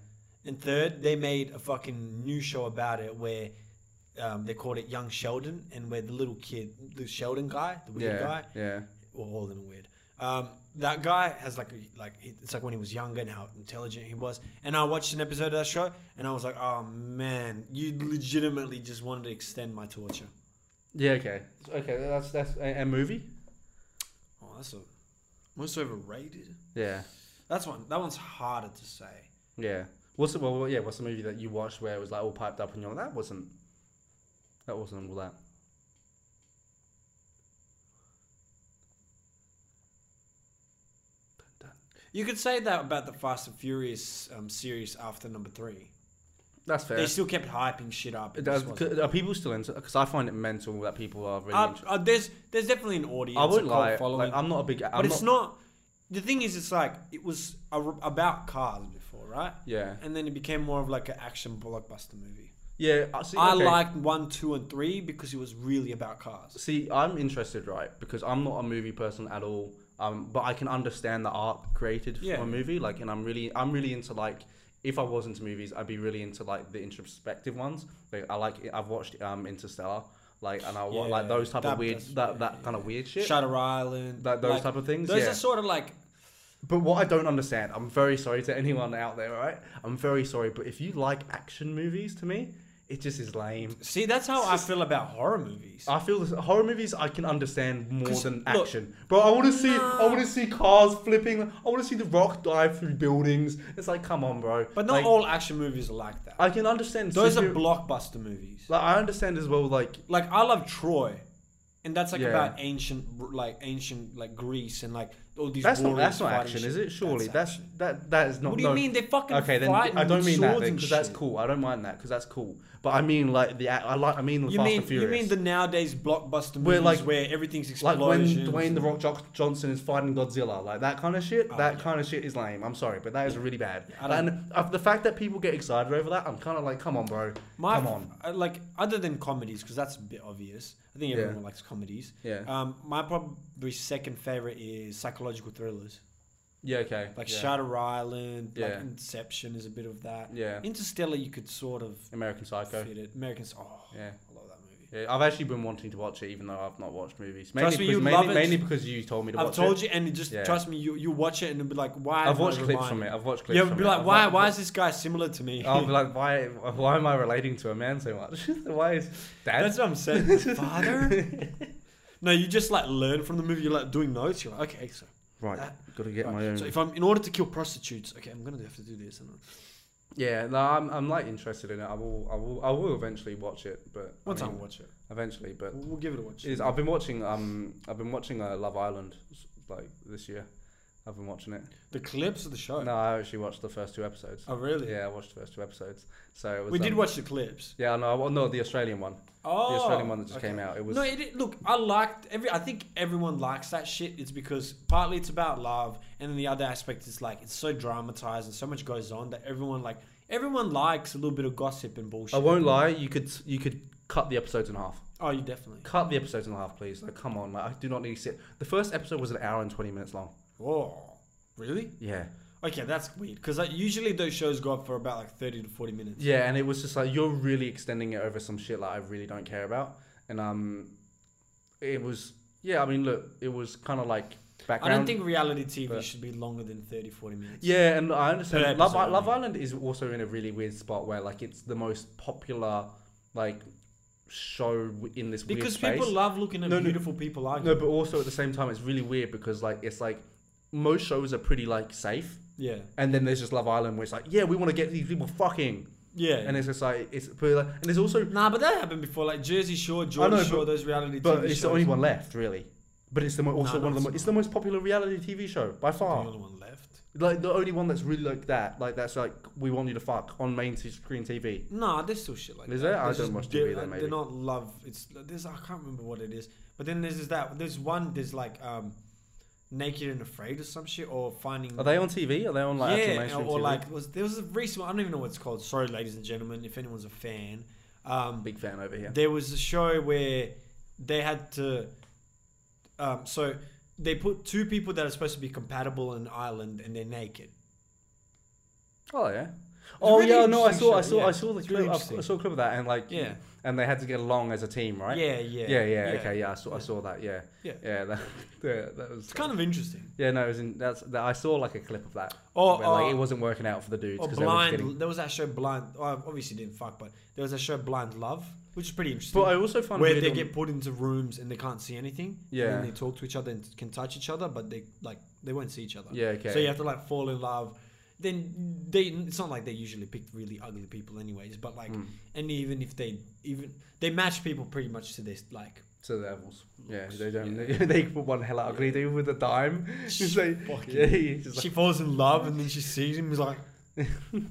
Speaker 1: And third, they made a fucking new show about it where um, they called it Young Sheldon, and where the little kid, the Sheldon guy, the weird
Speaker 2: Yeah.
Speaker 1: guy,
Speaker 2: Yeah.
Speaker 1: well, all in a weird. Um, that guy has like a, like he- it's like when he was younger and how intelligent he was. And I watched an episode of that show, and I was like, oh man, you legitimately just wanted to extend my torture.
Speaker 2: Yeah. Okay. Okay. That's that's a, a movie.
Speaker 1: Oh, that's a most overrated.
Speaker 2: Yeah.
Speaker 1: That's one. That one's harder to say.
Speaker 2: Yeah. What's the well? Yeah. What's the movie that you watched where it was like all piped up and you're like that wasn't that wasn't all that.
Speaker 1: You could say that about the Fast and Furious um, series after number three.
Speaker 2: That's fair.
Speaker 1: They still kept hyping shit up.
Speaker 2: It
Speaker 1: It
Speaker 2: does-
Speaker 1: just wasn't-
Speaker 2: c- are people still into? Because I find it mental that people are really.
Speaker 1: Uh,
Speaker 2: into-
Speaker 1: uh, there's there's definitely an audience.
Speaker 2: I
Speaker 1: a
Speaker 2: wouldn't
Speaker 1: cult
Speaker 2: lie.
Speaker 1: following.
Speaker 2: Like, I'm not a big. I'm
Speaker 1: but it's not, The thing is, it's like it was a, about cars before, right?
Speaker 2: Yeah.
Speaker 1: And then it became more of like an action blockbuster movie.
Speaker 2: Yeah. I See,
Speaker 1: I
Speaker 2: okay.
Speaker 1: liked one, two, and three because it was really about cars.
Speaker 2: See, I'm interested, right? Because I'm not a movie person at all. Um, but I can understand the art created
Speaker 1: Yeah.
Speaker 2: from a movie. Like, and I'm really, I'm really into like. If I was into movies, I'd be really into like the introspective ones. Like, I like. I've watched um Interstellar. Like, and I want like
Speaker 1: Yeah,
Speaker 2: those type of
Speaker 1: that-
Speaker 2: weird,
Speaker 1: that's-
Speaker 2: that
Speaker 1: yeah,
Speaker 2: that
Speaker 1: yeah,
Speaker 2: kind of weird shit.
Speaker 1: Shutter Island,
Speaker 2: Like, those
Speaker 1: like,
Speaker 2: type of things.
Speaker 1: Those
Speaker 2: yeah.
Speaker 1: are sort of like
Speaker 2: But what I don't understand, I'm very sorry to anyone out there, right? I'm very sorry, but if you like action movies, to me, it just is lame.
Speaker 1: see. That's how I feel about horror movies.
Speaker 2: I feel this, horror movies I can understand more
Speaker 1: 'Cause,
Speaker 2: than
Speaker 1: look-
Speaker 2: action, bro. I want to see, I want to see cars flipping. I want to see the Rock dive through buildings. It's like, come on, bro.
Speaker 1: But not
Speaker 2: Like,
Speaker 1: all action movies are like that.
Speaker 2: I can understand.
Speaker 1: Those are
Speaker 2: superhero-
Speaker 1: blockbuster movies.
Speaker 2: like I understand as well. Like
Speaker 1: Like I love Troy, and that's like
Speaker 2: Yeah.
Speaker 1: about ancient, like ancient, like Greece and like all these.
Speaker 2: that's not
Speaker 1: warriors
Speaker 2: that's not
Speaker 1: fighting
Speaker 2: action,
Speaker 1: shit.
Speaker 2: is it? Surely
Speaker 1: That's
Speaker 2: that's, that that is not.
Speaker 1: What do you
Speaker 2: no.
Speaker 1: mean? They fucking
Speaker 2: Okay, then
Speaker 1: fighting
Speaker 2: I don't
Speaker 1: with
Speaker 2: mean that
Speaker 1: swords and
Speaker 2: because that's
Speaker 1: shit.
Speaker 2: cool. I don't mind that because that's cool. But I mean like the I like I mean the
Speaker 1: You
Speaker 2: Fast
Speaker 1: mean
Speaker 2: and
Speaker 1: you
Speaker 2: Furious.
Speaker 1: mean the nowadays blockbuster
Speaker 2: Where,
Speaker 1: movies
Speaker 2: like-
Speaker 1: where everything's
Speaker 2: like when
Speaker 1: explosions?
Speaker 2: Dwayne the Rock Jo- Johnson is fighting Godzilla, like that kind of shit.
Speaker 1: Oh,
Speaker 2: that
Speaker 1: yeah.
Speaker 2: kind of shit is lame. I'm sorry, but that is really bad.
Speaker 1: I don't-
Speaker 2: and uh, the fact that people get excited over that, I'm kind of like, come on, bro,
Speaker 1: My
Speaker 2: come
Speaker 1: f-
Speaker 2: on.
Speaker 1: uh, like other than comedies because that's a bit obvious. I think
Speaker 2: Yeah.
Speaker 1: everyone likes comedies.
Speaker 2: Yeah.
Speaker 1: Um, my probably second favorite is psychological thrillers
Speaker 2: Yeah. Okay.
Speaker 1: like
Speaker 2: yeah.
Speaker 1: Shutter Island.
Speaker 2: Yeah.
Speaker 1: Like Inception is a bit of that.
Speaker 2: Yeah.
Speaker 1: Interstellar, you could sort of
Speaker 2: American Psycho.
Speaker 1: fit it. Americans, oh,
Speaker 2: Yeah.
Speaker 1: I love that movie.
Speaker 2: Yeah, I've actually been wanting to watch it, even though I've not watched movies. Mainly,
Speaker 1: Trust me,
Speaker 2: because,
Speaker 1: you'd
Speaker 2: mainly,
Speaker 1: love it.
Speaker 2: mainly because you told me to watch
Speaker 1: I've told
Speaker 2: it.
Speaker 1: you, and it just
Speaker 2: Yeah.
Speaker 1: trust me, you you watch it and it'll be like, why?
Speaker 2: I've
Speaker 1: am I
Speaker 2: watched clips from
Speaker 1: reminded-
Speaker 2: it. I've watched clips
Speaker 1: Yeah,
Speaker 2: from
Speaker 1: be
Speaker 2: it. Oh,
Speaker 1: like,
Speaker 2: I've
Speaker 1: why?
Speaker 2: wa-
Speaker 1: Why is this guy similar to me?
Speaker 2: I'll be like, why? Why am I relating to a man so much? why is dad?
Speaker 1: That's what I'm saying, father. no, you just like learn from the movie. You're like doing notes. You're like, okay, so
Speaker 2: right, gotta get
Speaker 1: right,
Speaker 2: my own.
Speaker 1: So if I'm in order to kill prostitutes, okay, I'm gonna have to do this. And
Speaker 2: yeah, no, I'm, I'm like interested in it. I will, I will, I will eventually watch it, but I
Speaker 1: one time
Speaker 2: mean,
Speaker 1: we'll watch it.
Speaker 2: eventually, but
Speaker 1: We'll, we'll give it a watch.
Speaker 2: it is, I've been watching. Um, I've been watching uh, Love Island s- like this year. I've been watching it.
Speaker 1: the clips of the show.
Speaker 2: No, I actually watched the first two episodes.
Speaker 1: Oh really?
Speaker 2: Yeah, I watched the first two episodes. So it was.
Speaker 1: We did
Speaker 2: um,
Speaker 1: watch the clips.
Speaker 2: Yeah, no, well, no, the Australian one,
Speaker 1: Oh,
Speaker 2: the Australian one that just
Speaker 1: okay.
Speaker 2: came out. It was.
Speaker 1: No, it, it- look, I liked every. I think everyone likes that shit. It's because partly it's about love, and then the other aspect is like it's so dramatized and so much goes on that everyone like everyone likes a little bit of gossip and bullshit.
Speaker 2: I won't lie. You could, you could cut the episodes in half.
Speaker 1: Oh, you definitely.
Speaker 2: Cut the episodes in half, please. Like, come on, like, I do not need to sit. The first episode was an hour and twenty minutes long.
Speaker 1: Oh, really?
Speaker 2: Yeah.
Speaker 1: Okay, that's weird because like, usually those shows go up for about like thirty to forty minutes.
Speaker 2: Yeah, and it was just like you're really extending it over some shit like I really don't care about, and um, it was yeah. I mean, look, it was kind of like
Speaker 1: I
Speaker 2: background.
Speaker 1: don't think reality TV
Speaker 2: but-
Speaker 1: should be longer than 30, 40 minutes.
Speaker 2: Yeah, and I
Speaker 1: Per
Speaker 2: understand. Love,
Speaker 1: episode,
Speaker 2: Love
Speaker 1: yeah.
Speaker 2: Island is also in a really weird spot where like it's the most popular like show w- in this weird
Speaker 1: because
Speaker 2: space.
Speaker 1: people love looking at
Speaker 2: No, no.
Speaker 1: beautiful people argue.
Speaker 2: no, but also at the same time, it's really weird because like it's like most shows are pretty like safe.
Speaker 1: yeah,
Speaker 2: And then there's just Love Island, where it's like, yeah, we want to get these people fucking,
Speaker 1: yeah.
Speaker 2: and it's just like it's pretty like, and there's also
Speaker 1: Nah, but that happened before, like Jersey Shore, Jordan
Speaker 2: know,
Speaker 1: Shore,
Speaker 2: but-
Speaker 1: those reality TV
Speaker 2: But
Speaker 1: shows.
Speaker 2: it's the only one left, really. But it's the mo- also
Speaker 1: no,
Speaker 2: one of the
Speaker 1: it's
Speaker 2: mo- it's the most popular reality TV show by
Speaker 1: The
Speaker 2: far.
Speaker 1: only one left.
Speaker 2: Like the only one that's really like that, like that's like we want you to fuck on main t- screen TV.
Speaker 1: Nah, there's still shit like
Speaker 2: Is
Speaker 1: that.
Speaker 2: there? I
Speaker 1: There's
Speaker 2: don't
Speaker 1: just
Speaker 2: watch
Speaker 1: di-
Speaker 2: TV then,
Speaker 1: like,
Speaker 2: maybe.
Speaker 1: They're not love. It's there's I can't remember what it is. But then there's just that. There's one. There's like um, naked and afraid or some shit or finding.
Speaker 2: Are they on TV? Are they on like actual
Speaker 1: yeah,
Speaker 2: mainstream
Speaker 1: or
Speaker 2: TV?
Speaker 1: like was there was a recent one. I don't even know what it's called. Sorry, ladies and gentlemen, if anyone's a fan. Um,
Speaker 2: big fan over here.
Speaker 1: there was a show where they had to um, so they put two people that are supposed to be compatible in Ireland and they're naked.
Speaker 2: Oh yeah. Oh
Speaker 1: really
Speaker 2: yeah, no, I
Speaker 1: interesting
Speaker 2: saw, I
Speaker 1: show,
Speaker 2: saw,
Speaker 1: yeah.
Speaker 2: I saw the
Speaker 1: It's
Speaker 2: clip,
Speaker 1: really
Speaker 2: I
Speaker 1: interesting.
Speaker 2: saw a clip of that, and like,
Speaker 1: Yeah.
Speaker 2: and they had to get along as a team, right?
Speaker 1: Yeah, yeah.
Speaker 2: yeah, yeah. Okay, yeah, I saw, I saw that, yeah,
Speaker 1: Yeah.
Speaker 2: yeah, that, yeah, that was
Speaker 1: It's kind of interesting.
Speaker 2: yeah, no, it was in, that's that, I saw like a clip of that,
Speaker 1: Or,
Speaker 2: where, like
Speaker 1: or-
Speaker 2: it wasn't working out for the dudes
Speaker 1: or
Speaker 2: because they were
Speaker 1: Oh,
Speaker 2: just
Speaker 1: blind.
Speaker 2: getting
Speaker 1: There was that show Blind. Oh, I obviously didn't fuck, but there was that show Blind Love, which is pretty interesting.
Speaker 2: But I also find
Speaker 1: where
Speaker 2: weird
Speaker 1: they
Speaker 2: on-
Speaker 1: get put into rooms and they can't see anything. And
Speaker 2: Yeah.
Speaker 1: then they talk to each other and can touch each other, but they like they won't see each other.
Speaker 2: Yeah, okay.
Speaker 1: So you have to like fall in love. Then they it's not like they usually pick really
Speaker 2: Hmm.
Speaker 1: ugly people anyways, but like and even if they even they match people pretty much to this like
Speaker 2: So the Devils. Yeah,
Speaker 1: Looks,
Speaker 2: they don't.
Speaker 1: yeah.
Speaker 2: They, put one hell out of
Speaker 1: Yeah.
Speaker 2: dude with a dime. She's like,
Speaker 1: Fucking-
Speaker 2: yeah, he's just
Speaker 1: She falls in love and then she sees him. He's like,
Speaker 2: like,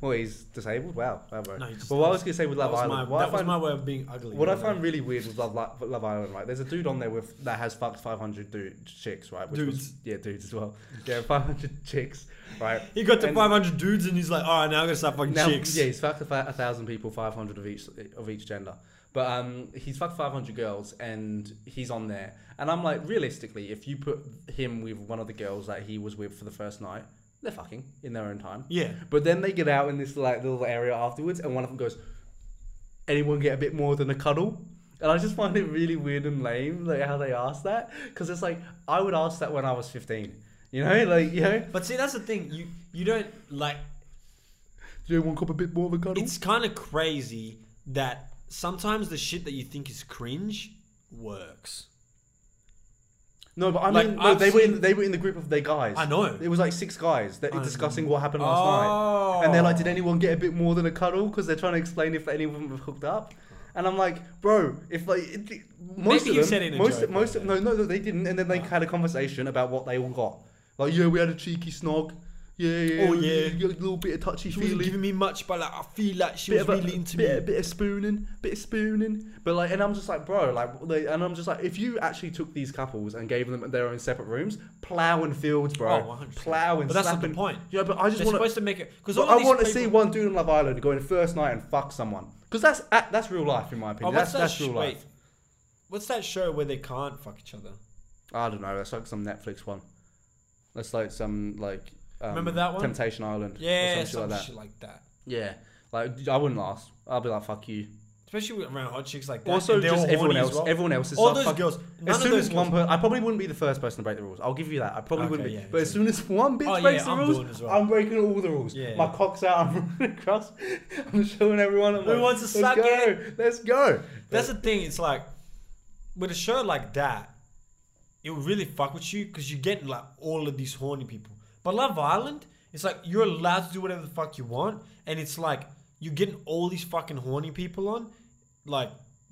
Speaker 2: well, he's disabled. Wow, wow, bro.
Speaker 1: No, he's just-
Speaker 2: but what I was gonna say with Love
Speaker 1: that was
Speaker 2: Island,
Speaker 1: my,
Speaker 2: what
Speaker 1: that
Speaker 2: I
Speaker 1: was
Speaker 2: find
Speaker 1: my way of being ugly.
Speaker 2: What I
Speaker 1: bro.
Speaker 2: find really weird with Love, Li- Love Island, right? There's a dude on there with that has fucked 500 dude, chicks, right? Was,
Speaker 1: Dudes.
Speaker 2: yeah, dudes as well. Yeah, 500 chicks, right?
Speaker 1: He got to
Speaker 2: and-
Speaker 1: 500 dudes and he's like, all right, now I'm gonna start fucking
Speaker 2: Now,
Speaker 1: chicks.
Speaker 2: yeah, he's fucked a, fa- a thousand people, 500 of each of each gender. But um, he's fucked 500 girls, and he's on there. And I'm like, realistically, if you put him with one of the girls that he was with for the first night, they're fucking in their own time.
Speaker 1: Yeah.
Speaker 2: But then they get out in this like little area afterwards, and one of them goes, "Anyone get a bit more than a cuddle?" And I just find it really weird and lame, like how they ask that, because it's like I would ask that when I was fifteen, you know, like you know,
Speaker 1: But see, that's the thing. You you don't like.
Speaker 2: do you want a bit more of a cuddle?
Speaker 1: It's kind of crazy that sometimes the shit that you think is cringe works.
Speaker 2: no, but I
Speaker 1: Like,
Speaker 2: mean, no,
Speaker 1: I've
Speaker 2: they were in,
Speaker 1: seen-
Speaker 2: they were in the group of their guys.
Speaker 1: I know.
Speaker 2: It was like six guys that
Speaker 1: I
Speaker 2: discussing what happened last
Speaker 1: Oh.
Speaker 2: night, and they're like, "Did anyone get a bit more than a cuddle?" Because they're trying to explain if anyone was hooked up. And I'm like, bro, if like it, it- most
Speaker 1: Maybe you
Speaker 2: of them,
Speaker 1: said it in a
Speaker 2: most
Speaker 1: joke,
Speaker 2: most
Speaker 1: like
Speaker 2: no, no, no, they didn't. And then they had a conversation about what they all got. Like, yeah, we had a cheeky snog. Yeah, yeah.
Speaker 1: Oh,
Speaker 2: we-
Speaker 1: yeah.
Speaker 2: we got a little bit of touchy
Speaker 1: She wasn't
Speaker 2: feely.
Speaker 1: giving me much, but like I feel like she
Speaker 2: Bit
Speaker 1: was
Speaker 2: of, a,
Speaker 1: really into me.
Speaker 2: bit, bit of spooning, bit of spooning, but like, and I'm just like, bro, like, like, and I'm just like, if you actually took these couples and gave them their own separate rooms, plowing fields, bro,
Speaker 1: Oh, 100%.
Speaker 2: plowing,
Speaker 1: But that's not the
Speaker 2: slapping.
Speaker 1: point.
Speaker 2: Yeah, but I just
Speaker 1: They're
Speaker 2: want
Speaker 1: supposed to make it because
Speaker 2: but I want to see one dude on Love Island go in first night and fuck someone because that's a- that's real life in my
Speaker 1: Oh,
Speaker 2: opinion. that's that's real life.
Speaker 1: What's that show where they can't fuck each other?
Speaker 2: I don't know. That's like some Netflix one. That's like some like um,
Speaker 1: Remember that one?
Speaker 2: Temptation Island.
Speaker 1: Yeah, some,
Speaker 2: or something like that.
Speaker 1: shit like that.
Speaker 2: Yeah, like I wouldn't last. I'll be like fuck you.
Speaker 1: Especially with- around hot chicks like that.
Speaker 2: also,
Speaker 1: and they're all
Speaker 2: just
Speaker 1: horny
Speaker 2: everyone
Speaker 1: as
Speaker 2: else.
Speaker 1: well.
Speaker 2: Everyone else is
Speaker 1: all
Speaker 2: like,
Speaker 1: those
Speaker 2: fuck-
Speaker 1: girls. None
Speaker 2: As
Speaker 1: of
Speaker 2: soon
Speaker 1: those
Speaker 2: as one person, I probably wouldn't be the first person to break the rules. I'll give you that. I probably
Speaker 1: Okay,
Speaker 2: wouldn't be.
Speaker 1: yeah,
Speaker 2: but as
Speaker 1: true.
Speaker 2: soon as one bitch
Speaker 1: Oh, yeah,
Speaker 2: breaks the
Speaker 1: I'm doing
Speaker 2: rules,
Speaker 1: as well.
Speaker 2: I'm breaking all the rules.
Speaker 1: Yeah,
Speaker 2: My
Speaker 1: yeah.
Speaker 2: cock's out. I'm running across. I'm showing everyone. I'm
Speaker 1: Who
Speaker 2: like,
Speaker 1: wants to
Speaker 2: Let's
Speaker 1: suck
Speaker 2: go. Let's go.
Speaker 1: That's the thing. It's like with a show like that, it will really fuck with you because you get like all of these horny people. But Love Island, it's like you're allowed to do whatever the fuck you want, and it's like you're getting all these fucking horny people on. Like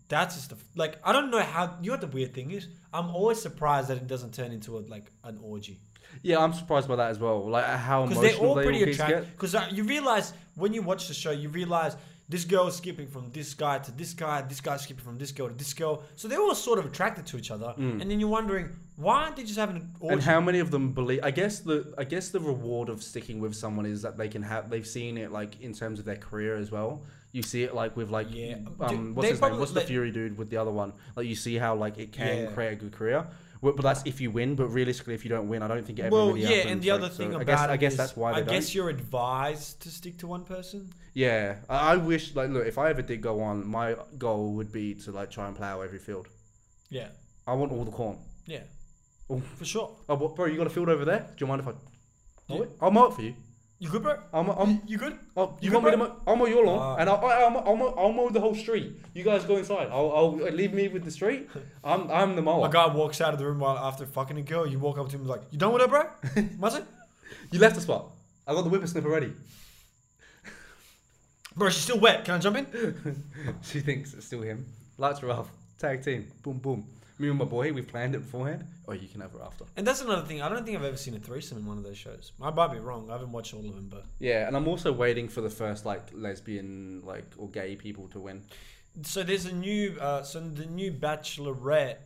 Speaker 1: that's just the, like I don't know how. You know what the weird thing is? I'm always surprised that it doesn't turn into a, like an orgy
Speaker 2: Yeah, I'm surprised by that as well. Like how
Speaker 1: because
Speaker 2: emotional
Speaker 1: they're all
Speaker 2: they
Speaker 1: pretty
Speaker 2: all attract-
Speaker 1: attractive. Because uh, you realize when you watch the show, you realize this girl is skipping from this guy to this guy, this guy's skipping from this girl to this girl. So they're all sort of attracted to each other, and then you're wondering why aren't they just having an orgy?
Speaker 2: Mm. And how many of them believe? I guess the I guess the reward of sticking with someone is that they can have they've seen it like in terms of their career as well. You see it like with like
Speaker 1: Yeah.
Speaker 2: um
Speaker 1: Dude,
Speaker 2: what's
Speaker 1: they
Speaker 2: his name?
Speaker 1: probably-
Speaker 2: What's the
Speaker 1: like-
Speaker 2: Fury dude with the other one? Like you see how like it can
Speaker 1: Yeah.
Speaker 2: create a good career. Well, But that's if you win. But realistically, if you don't win, I don't think it ever
Speaker 1: well,
Speaker 2: really
Speaker 1: yeah,
Speaker 2: happens.
Speaker 1: and the other
Speaker 2: like, so
Speaker 1: thing about
Speaker 2: I guess,
Speaker 1: it
Speaker 2: I guess
Speaker 1: is,
Speaker 2: that's why they
Speaker 1: I
Speaker 2: don't.
Speaker 1: guess you're advised to stick to one person.
Speaker 2: yeah, I, I wish like look if I ever did go on, my goal would be to like try and plow every field.
Speaker 1: Yeah,
Speaker 2: I want all the corn.
Speaker 1: yeah,
Speaker 2: Oh.
Speaker 1: for sure.
Speaker 2: Oh, what, bro, you got a field over there? Do you mind if I?
Speaker 1: Yeah.
Speaker 2: I'll mow it for you.
Speaker 1: You good, bro?
Speaker 2: I'll, mow- I'm,
Speaker 1: You good?
Speaker 2: Oh, you,
Speaker 1: You
Speaker 2: want me
Speaker 1: good,
Speaker 2: to mow? I'll mow your lawn,
Speaker 1: Ah.
Speaker 2: and I'll, I- I'll, mow- I'll, mow, I'll mow the whole street. You guys go inside. I'll, I'll uh, leave me with the street. I'm, I'm the mower.
Speaker 1: A guy walks out of the room while after fucking a girl. You walk up to him like, "You done with her, bro? Must
Speaker 2: You left the spot. I got the whippersnapper ready.
Speaker 1: Bro, she's still wet. Can I jump in?
Speaker 2: she thinks it's still him. Lights are off. Tag team. Boom, boom. Me and my boy, we've planned it beforehand. Oh, you can have her after.
Speaker 1: And that's another thing. I don't think I've ever seen a threesome in one of those shows. I might be wrong. I haven't watched all of them, but
Speaker 2: Yeah, and I'm also waiting for the first like lesbian, like or gay people to win.
Speaker 1: so there's a new. Uh, so the new Bachelorette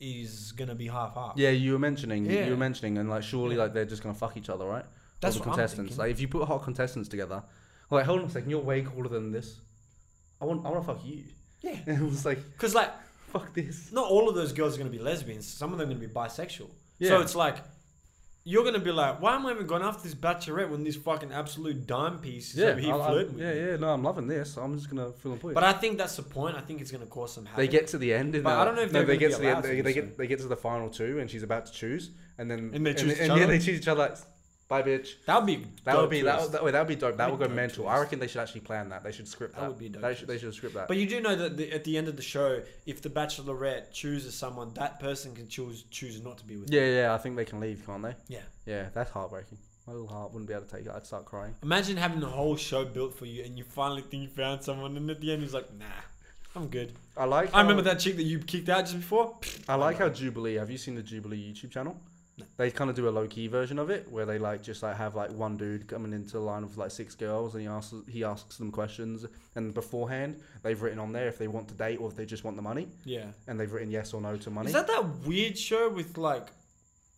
Speaker 1: is gonna be half half.
Speaker 2: Yeah, you were mentioning.
Speaker 1: Yeah.
Speaker 2: You were mentioning, and like surely
Speaker 1: Yeah.
Speaker 2: like they're just gonna fuck each other, right?
Speaker 1: That's
Speaker 2: all the
Speaker 1: what I'm
Speaker 2: contestants.
Speaker 1: thinking.
Speaker 2: like if you put hot contestants together, like hold on a second, you're way cooler than this. I want, I want to fuck you.
Speaker 1: Yeah.
Speaker 2: And it was like,
Speaker 1: Because like,
Speaker 2: fuck this.
Speaker 1: not all of those girls are gonna be lesbians. Some of them are gonna be bisexual.
Speaker 2: Yeah.
Speaker 1: So it's like, you're gonna be like, why am I even going after this Bachelorette when this fucking absolute dime piece is over here
Speaker 2: I'll- I'll-
Speaker 1: flirting with
Speaker 2: yeah,
Speaker 1: me?
Speaker 2: yeah. No, I'm loving this. I'm just gonna fill and push.
Speaker 1: But I think that's the point. I think it's gonna cause some havoc.
Speaker 2: they get to the end, and
Speaker 1: But
Speaker 2: they're
Speaker 1: I don't know
Speaker 2: like-
Speaker 1: if
Speaker 2: no,
Speaker 1: they're
Speaker 2: they
Speaker 1: gonna
Speaker 2: get to
Speaker 1: be
Speaker 2: the end.
Speaker 1: allowed to
Speaker 2: They,
Speaker 1: do
Speaker 2: they
Speaker 1: so.
Speaker 2: get they get to the final two, and she's about to choose, and then
Speaker 1: And they choose each
Speaker 2: and,
Speaker 1: other?
Speaker 2: yeah, they choose each other. Like, Bye, bitch.
Speaker 1: that would be
Speaker 2: That would be that.
Speaker 1: would,
Speaker 2: Would, that, would, that would be dope. That
Speaker 1: That'd
Speaker 2: would
Speaker 1: be
Speaker 2: go
Speaker 1: dope
Speaker 2: mental.
Speaker 1: twist.
Speaker 2: I reckon they should actually plan that. They should script that.
Speaker 1: That would be a dope
Speaker 2: They should, they
Speaker 1: twist.
Speaker 2: should script that.
Speaker 1: But you do know that the, at the end of the show, if the Bachelorette chooses someone, that person can choose choose not to be with.
Speaker 2: yeah, yeah. I think they can leave, can't they?
Speaker 1: Yeah.
Speaker 2: Yeah, that's heartbreaking. My little heart wouldn't be able to take it. I'd start crying.
Speaker 1: Imagine having the whole show built for you, and you finally think you found someone, and at the end he's like, "Nah, I'm good.
Speaker 2: I like.
Speaker 1: I remember
Speaker 2: how-
Speaker 1: that chick that you kicked out just before.
Speaker 2: I like how Jubilee. Have you seen the Jubilee YouTube channel? They kind of do a low key version of it, where they like just like have like one dude coming into the line of like six girls, and he asks he asks them questions, and beforehand they've written on there if they want to date or if they just want the money,
Speaker 1: Yeah.
Speaker 2: and they've written yes or no to money.
Speaker 1: Is that that weird show with like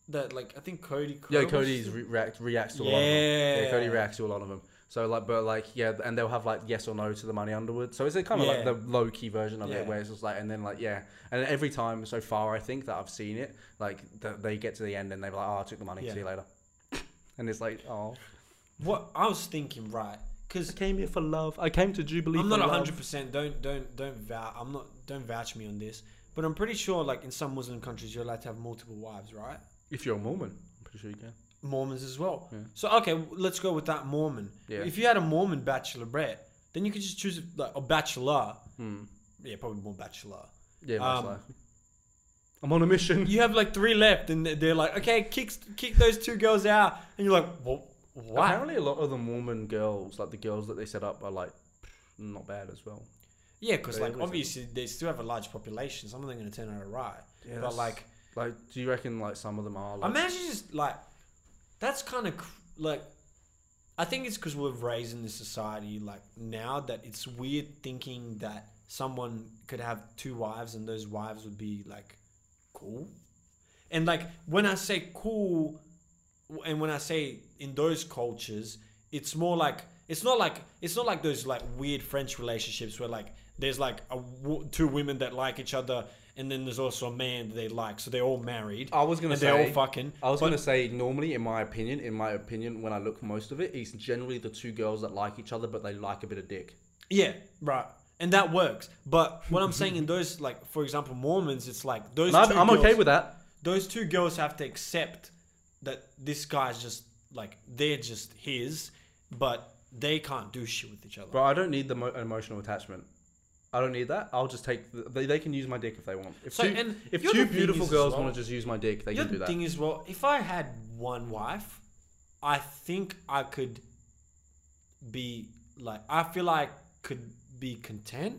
Speaker 1: that? Like I think Cody.
Speaker 2: yeah,
Speaker 1: Crowe
Speaker 2: Cody's
Speaker 1: was-
Speaker 2: re- react reacts to a lot of them. Yeah, Cody
Speaker 1: Yeah.
Speaker 2: reacts to a lot of them. So like, but like, yeah, and they'll have like yes or no to the money Underwood. So it's a kind of like
Speaker 1: Yeah.
Speaker 2: the low key version of
Speaker 1: Yeah.
Speaker 2: it, where it's just like, and then like, yeah, and every time so far, I think that I've seen it, like th- they get to the end and they're like, oh, I took the money,
Speaker 1: Yeah.
Speaker 2: see you later, and it's like, oh,
Speaker 1: What I was thinking, right?
Speaker 2: I
Speaker 1: Because
Speaker 2: came here for love. I came to Jubilee.
Speaker 1: I'm not
Speaker 2: for love.
Speaker 1: 100. percent Don't don't don't vouch. I'm not. Don't vouch me on this. But I'm pretty sure, like in some Muslim countries, you're allowed to have multiple wives, right?
Speaker 2: If you're a Mormon, I'm pretty sure you can.
Speaker 1: Mormons as well.
Speaker 2: Yeah.
Speaker 1: So okay, w- let's go with that Mormon.
Speaker 2: Yeah.
Speaker 1: If you had a Mormon bachelorette, then you could just choose like a bachelor.
Speaker 2: Hmm.
Speaker 1: Yeah, probably more bachelor.
Speaker 2: Yeah, most
Speaker 1: Um,
Speaker 2: likely. I'm on a mission.
Speaker 1: You have like three left, and they- they're like, okay, kick kick those two girls out, and you're like, well, why?
Speaker 2: Apparently, a lot of the Mormon girls, like the girls that they set up, are like not bad as well.
Speaker 1: Yeah, because
Speaker 2: They
Speaker 1: like
Speaker 2: always-
Speaker 1: obviously they still have a large population. Some of them are gonna turn out alright.
Speaker 2: Yeah,
Speaker 1: but
Speaker 2: that's-
Speaker 1: like,
Speaker 2: Like, do you reckon like some of them are? Like,
Speaker 1: imagine just like that's kind of cr- like I think it's because we're raised in this society like now that it's weird thinking that someone could have two wives and those wives would be like cool. And like when I say cool, w- and when I say in those cultures, it's more like it's not like it's not like those like weird French relationships where like there's like a, wo- two women that like each other, and then there's also a man that they like, so they're all married.
Speaker 2: I was gonna
Speaker 1: and they're all
Speaker 2: say-
Speaker 1: fucking.
Speaker 2: I was
Speaker 1: but-
Speaker 2: gonna say normally, in my opinion, in my opinion, when I look for most of it, it's generally the two girls that like each other, but they like a bit of dick.
Speaker 1: yeah, right. And that works, but what I'm saying in those, like for example, Mormons, it's like those.
Speaker 2: And I'm,
Speaker 1: two
Speaker 2: I'm okay
Speaker 1: girls-
Speaker 2: with that.
Speaker 1: those two girls have to accept that this guy's just like they're just his, but they can't do shit with each other.
Speaker 2: But I don't need the mo- emotional attachment. I don't need that. I'll just take. The, they, they can use my dick if they want. If
Speaker 1: So,
Speaker 2: two,
Speaker 1: and
Speaker 2: if
Speaker 1: the
Speaker 2: two
Speaker 1: other thing
Speaker 2: beautiful
Speaker 1: is as
Speaker 2: girls
Speaker 1: well-
Speaker 2: want to just use my dick, they
Speaker 1: The
Speaker 2: can do
Speaker 1: other
Speaker 2: that.
Speaker 1: thing is, well, if I had one wife, I think I could be like, I feel like could be content.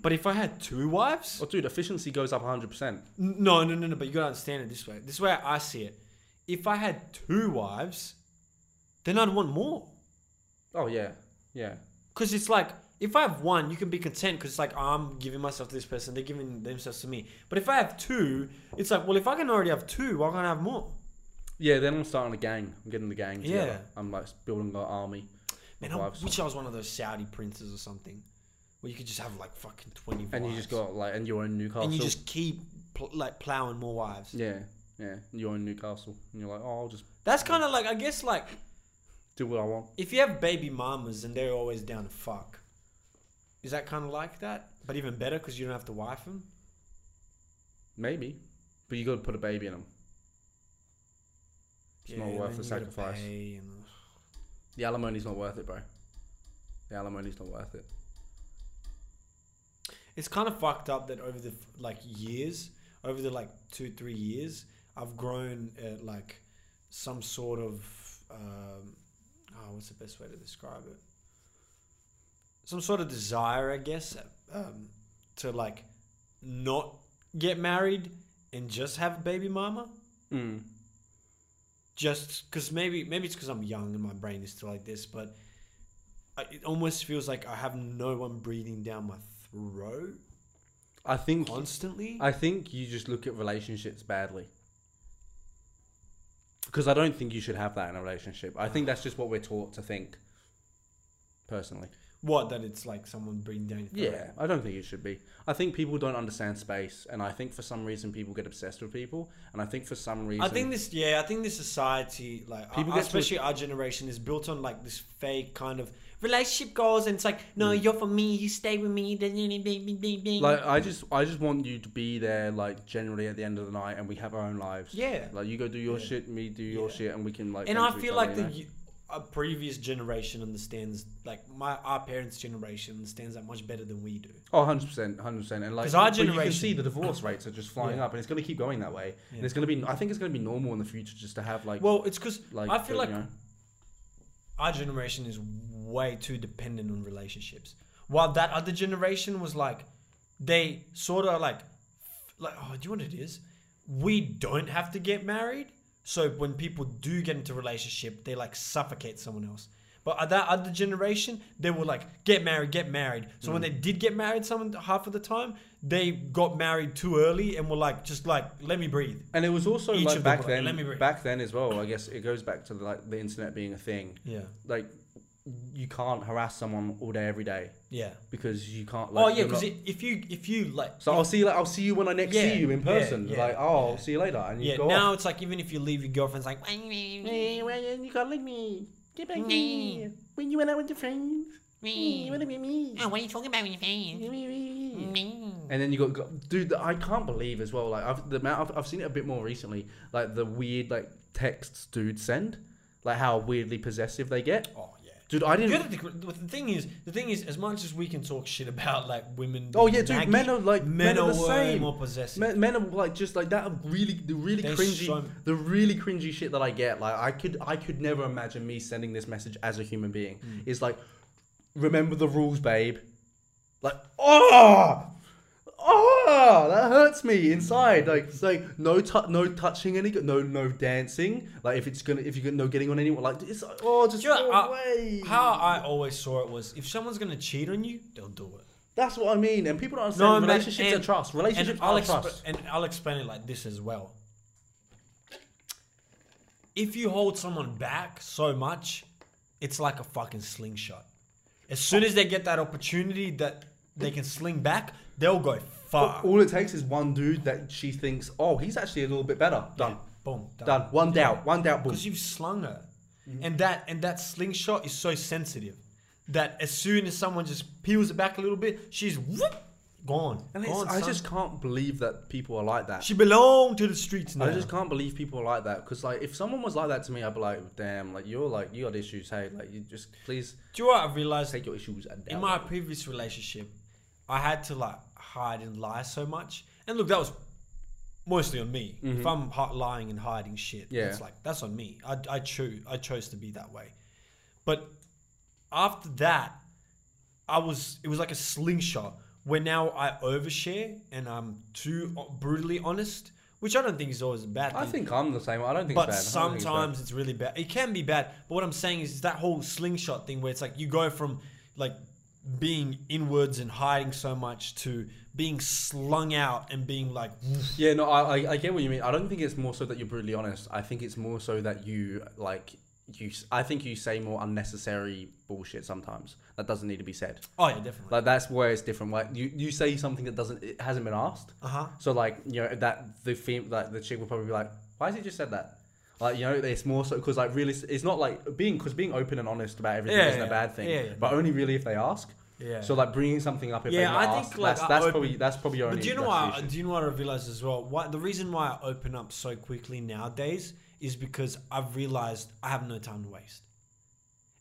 Speaker 1: But if I had two wives,
Speaker 2: Hmm. oh, dude, efficiency goes up 100. percent
Speaker 1: N- No, no, no, no. But you gotta understand it this way. This way I see it. If I had two wives, then I'd want more.
Speaker 2: Oh yeah, yeah.
Speaker 1: Cause it's like if I have one, you can be content. Cause it's like "Oh, I'm giving myself to this person, they're giving themselves to me. But if I have two, it's like, well, if I can already have two, why can't I have more?
Speaker 2: Yeah, then I'm starting a gang. I'm getting the gang together.
Speaker 1: Yeah.
Speaker 2: I'm like building an army.
Speaker 1: Man,
Speaker 2: of
Speaker 1: I
Speaker 2: wives.
Speaker 1: wish I was one of those Saudi princes or something, where you could just have like fucking twenty.
Speaker 2: and you
Speaker 1: wives.
Speaker 2: just got like and you're in Newcastle.
Speaker 1: and you just keep pl- like plowing more wives.
Speaker 2: yeah, yeah. You're in Newcastle, and you're like, oh, I'll just
Speaker 1: That's kind of like I guess like
Speaker 2: do what I want.
Speaker 1: if you have baby mamas and they're always down to fuck, is that kind of like that? But even better because you don't have to wife them.
Speaker 2: Maybe, but you got to put a baby in them. It's not worth the sacrifice. The alimony's not worth it, bro. The alimony's not worth it.
Speaker 1: It's kind of fucked up that over the like years, over the like two three years, I've grown uh, like some sort of um, oh, what's the best way to describe it? Some sort of desire, I guess, um, to like not get married and just have a baby mama. Hmm.
Speaker 2: Mm.
Speaker 1: just because maybe maybe it's because I'm young and my brain is still like this, but I, it almost feels like I have no one breathing down my throat
Speaker 2: I think
Speaker 1: constantly.
Speaker 2: I think you just look at relationships badly. Because I don't think you should have that in a relationship. I think that's just what we're taught to think. Personally,
Speaker 1: what that it's like someone breathing down your throat.
Speaker 2: yeah, I don't think it should be. I think people don't understand space, and I think for some reason people get obsessed with people, and I think for some reason
Speaker 1: I think this, yeah, I think this society, like,
Speaker 2: People
Speaker 1: People
Speaker 2: get to-
Speaker 1: especially our generation, is built on like this fake kind of relationship goals, and it's like, no, you're for me, you stay with me.
Speaker 2: like I just I just want you to be there like generally at the end of the night and we have our own lives.
Speaker 1: Yeah.
Speaker 2: Like you go do your
Speaker 1: Yeah.
Speaker 2: shit, me do your
Speaker 1: Yeah.
Speaker 2: shit and we can like
Speaker 1: and
Speaker 2: vent
Speaker 1: I
Speaker 2: to each
Speaker 1: feel
Speaker 2: other,
Speaker 1: like
Speaker 2: you
Speaker 1: the
Speaker 2: know?
Speaker 1: y- a previous generation understands, like my our parents' generation understands that much better than we do.
Speaker 2: Oh, 100%, 100%. And like
Speaker 1: 'Cause our
Speaker 2: but you can
Speaker 1: generation-
Speaker 2: see the divorce rates are just flying
Speaker 1: Yeah.
Speaker 2: up and it's going to keep going that way. And
Speaker 1: Yeah.
Speaker 2: it's going to be I think it's going to be normal in the future just to have like
Speaker 1: Well, it's because
Speaker 2: like
Speaker 1: I feel
Speaker 2: the-
Speaker 1: like
Speaker 2: you know.
Speaker 1: our generation is way too dependent on relationships, while that other generation was like, they sort of like, like, oh, do you know what it is? We don't have to get married, so when people do get into relationship, they like suffocate someone else. But at that other generation, they were like, get married, get married. So
Speaker 2: Mm.
Speaker 1: when they did get married, someone half of the time, they got married too early and were like, just like, let me breathe.
Speaker 2: And it was also
Speaker 1: Each
Speaker 2: like
Speaker 1: of them
Speaker 2: back
Speaker 1: were like,
Speaker 2: then,
Speaker 1: "Let me read."
Speaker 2: back then as well. I guess it goes back to like the internet being a thing.
Speaker 1: Yeah,
Speaker 2: Like you can't harass someone all day every day
Speaker 1: yeah.
Speaker 2: because you can't.
Speaker 1: oh
Speaker 2: Like,
Speaker 1: yeah,
Speaker 2: you're
Speaker 1: because
Speaker 2: not-
Speaker 1: if you if you like
Speaker 2: so I'll see you. Like, I'll see you when I next
Speaker 1: Yeah,
Speaker 2: see you in
Speaker 1: yeah,
Speaker 2: person.
Speaker 1: yeah,
Speaker 2: like oh, I'll
Speaker 1: yeah.
Speaker 2: see you later. And you
Speaker 1: yeah,
Speaker 2: go.
Speaker 1: now
Speaker 2: off.
Speaker 1: it's like even if you leave your girlfriend's like,
Speaker 3: Hey, why you calling me? Get back here.
Speaker 1: Mm.
Speaker 3: When you went out with your friends.
Speaker 2: Mm,
Speaker 3: Hey, you wanna be me?
Speaker 1: Ah.
Speaker 4: Oh, what are you talking about with your
Speaker 3: Me,
Speaker 4: face?
Speaker 3: me, me, me.
Speaker 1: Mm.
Speaker 2: And then you got, got dude. I can't believe as well. Like I've the amount I've, I've seen it a bit more recently. Like the weird like texts dudes send. Like how weirdly possessive they get.
Speaker 1: oh yeah.
Speaker 2: Dude, I
Speaker 1: The,
Speaker 2: didn't.
Speaker 1: other thing, the thing is, the thing is, as much as we can talk shit about like women,
Speaker 2: Oh yeah, dude.
Speaker 1: nagging,
Speaker 2: men are like
Speaker 1: men, are,
Speaker 2: the
Speaker 1: way
Speaker 2: same.
Speaker 1: more possessive.
Speaker 2: Men, men are like just like that. Really, the really
Speaker 1: They're
Speaker 2: cringy,
Speaker 1: so-
Speaker 2: the really cringy shit that I get. Like I could, I could never imagine me sending this message as a human being.
Speaker 1: Mm.
Speaker 2: Is like, remember the rules, babe. Like, oh, oh, that hurts me
Speaker 1: Mm.
Speaker 2: inside. Like, it's like no, tu- no touching any, no, no dancing. Like, if it's gonna, if you're no getting on anyone, like it's oh, just
Speaker 1: Do you know,
Speaker 2: go
Speaker 1: uh,
Speaker 2: away.
Speaker 1: How I always saw it was, if someone's gonna cheat on you, they'll do it.
Speaker 2: That's what I mean. And people don't understand
Speaker 1: man,
Speaker 2: relationships
Speaker 1: and-
Speaker 2: are trust. Relationships
Speaker 1: and I'll
Speaker 2: are
Speaker 1: exp-
Speaker 2: trust.
Speaker 1: And I'll explain it like this as well. If you hold someone back so much, it's like a fucking slingshot. As soon as they get that opportunity that they can sling back, they'll go far.
Speaker 2: All it takes is one dude that she thinks, oh, he's actually a little bit better. Done.
Speaker 1: Boom.
Speaker 2: oh. Done. Mm-hmm. One doubt. One doubt. Boom.
Speaker 1: Because you've slung her. And that and that slingshot is so sensitive that as soon as someone just peels it back a little bit, she's whoop, gone.
Speaker 2: and it's,
Speaker 1: Gone,
Speaker 2: I
Speaker 1: son.
Speaker 2: just can't believe that people are like that.
Speaker 1: she belonged to the streets now.
Speaker 2: I just can't believe people are like that. Because like, if someone was like that to me, I'd be like, damn, like you're like you got issues. Hey, like you just please
Speaker 1: Do you know what I've realized?
Speaker 2: take your issues and
Speaker 1: in
Speaker 2: down.
Speaker 1: my previous relationship, I had to like hide and lie so much. And look, that was mostly on me. If I'm hi- lying and hiding shit,
Speaker 2: Mm-hmm. Yeah.
Speaker 1: it's like that's on me. I, I chose I chose to be that way. But after that, I was it was like a slingshot where now I overshare and I'm too uh, brutally honest, which I don't think is always a bad thing.
Speaker 2: I think I'm the same. I don't think.
Speaker 1: But
Speaker 2: it's bad. I don't think it's bad.
Speaker 1: sometimes it's really bad. It can be bad. But what I'm saying is that whole slingshot thing where it's like you go from like being inwards and hiding so much to being slung out and being like, "Woof."
Speaker 2: Yeah, no, I, I I get what you mean. I don't think it's more so that you're brutally honest. I think it's more so that you like you. s- I think you say more unnecessary bullshit sometimes that doesn't need to be said.
Speaker 1: oh yeah, definitely.
Speaker 2: Like that's where it's different. Like you, you say something that doesn't it hasn't been asked.
Speaker 1: Uh huh.
Speaker 2: So like you know that the fem- like the chick will probably be like, why has he just said that? Like you know it's more so because like really it's not like being because being open and honest about everything
Speaker 1: Yeah,
Speaker 2: isn't a
Speaker 1: yeah,
Speaker 2: bad thing.
Speaker 1: yeah, yeah.
Speaker 2: But only really if they ask.
Speaker 1: Yeah.
Speaker 2: So like bringing something up if
Speaker 1: Yeah,
Speaker 2: they're not
Speaker 1: I think,
Speaker 2: asked,
Speaker 1: like,
Speaker 2: that's,
Speaker 1: I
Speaker 2: that's
Speaker 1: open-
Speaker 2: probably that's probably your
Speaker 1: But
Speaker 2: only.
Speaker 1: do you know
Speaker 2: that's the
Speaker 1: what?
Speaker 2: issue.
Speaker 1: Do you know what I realized as well? Why the reason why I open up so quickly nowadays is because I've realized I have no time to waste.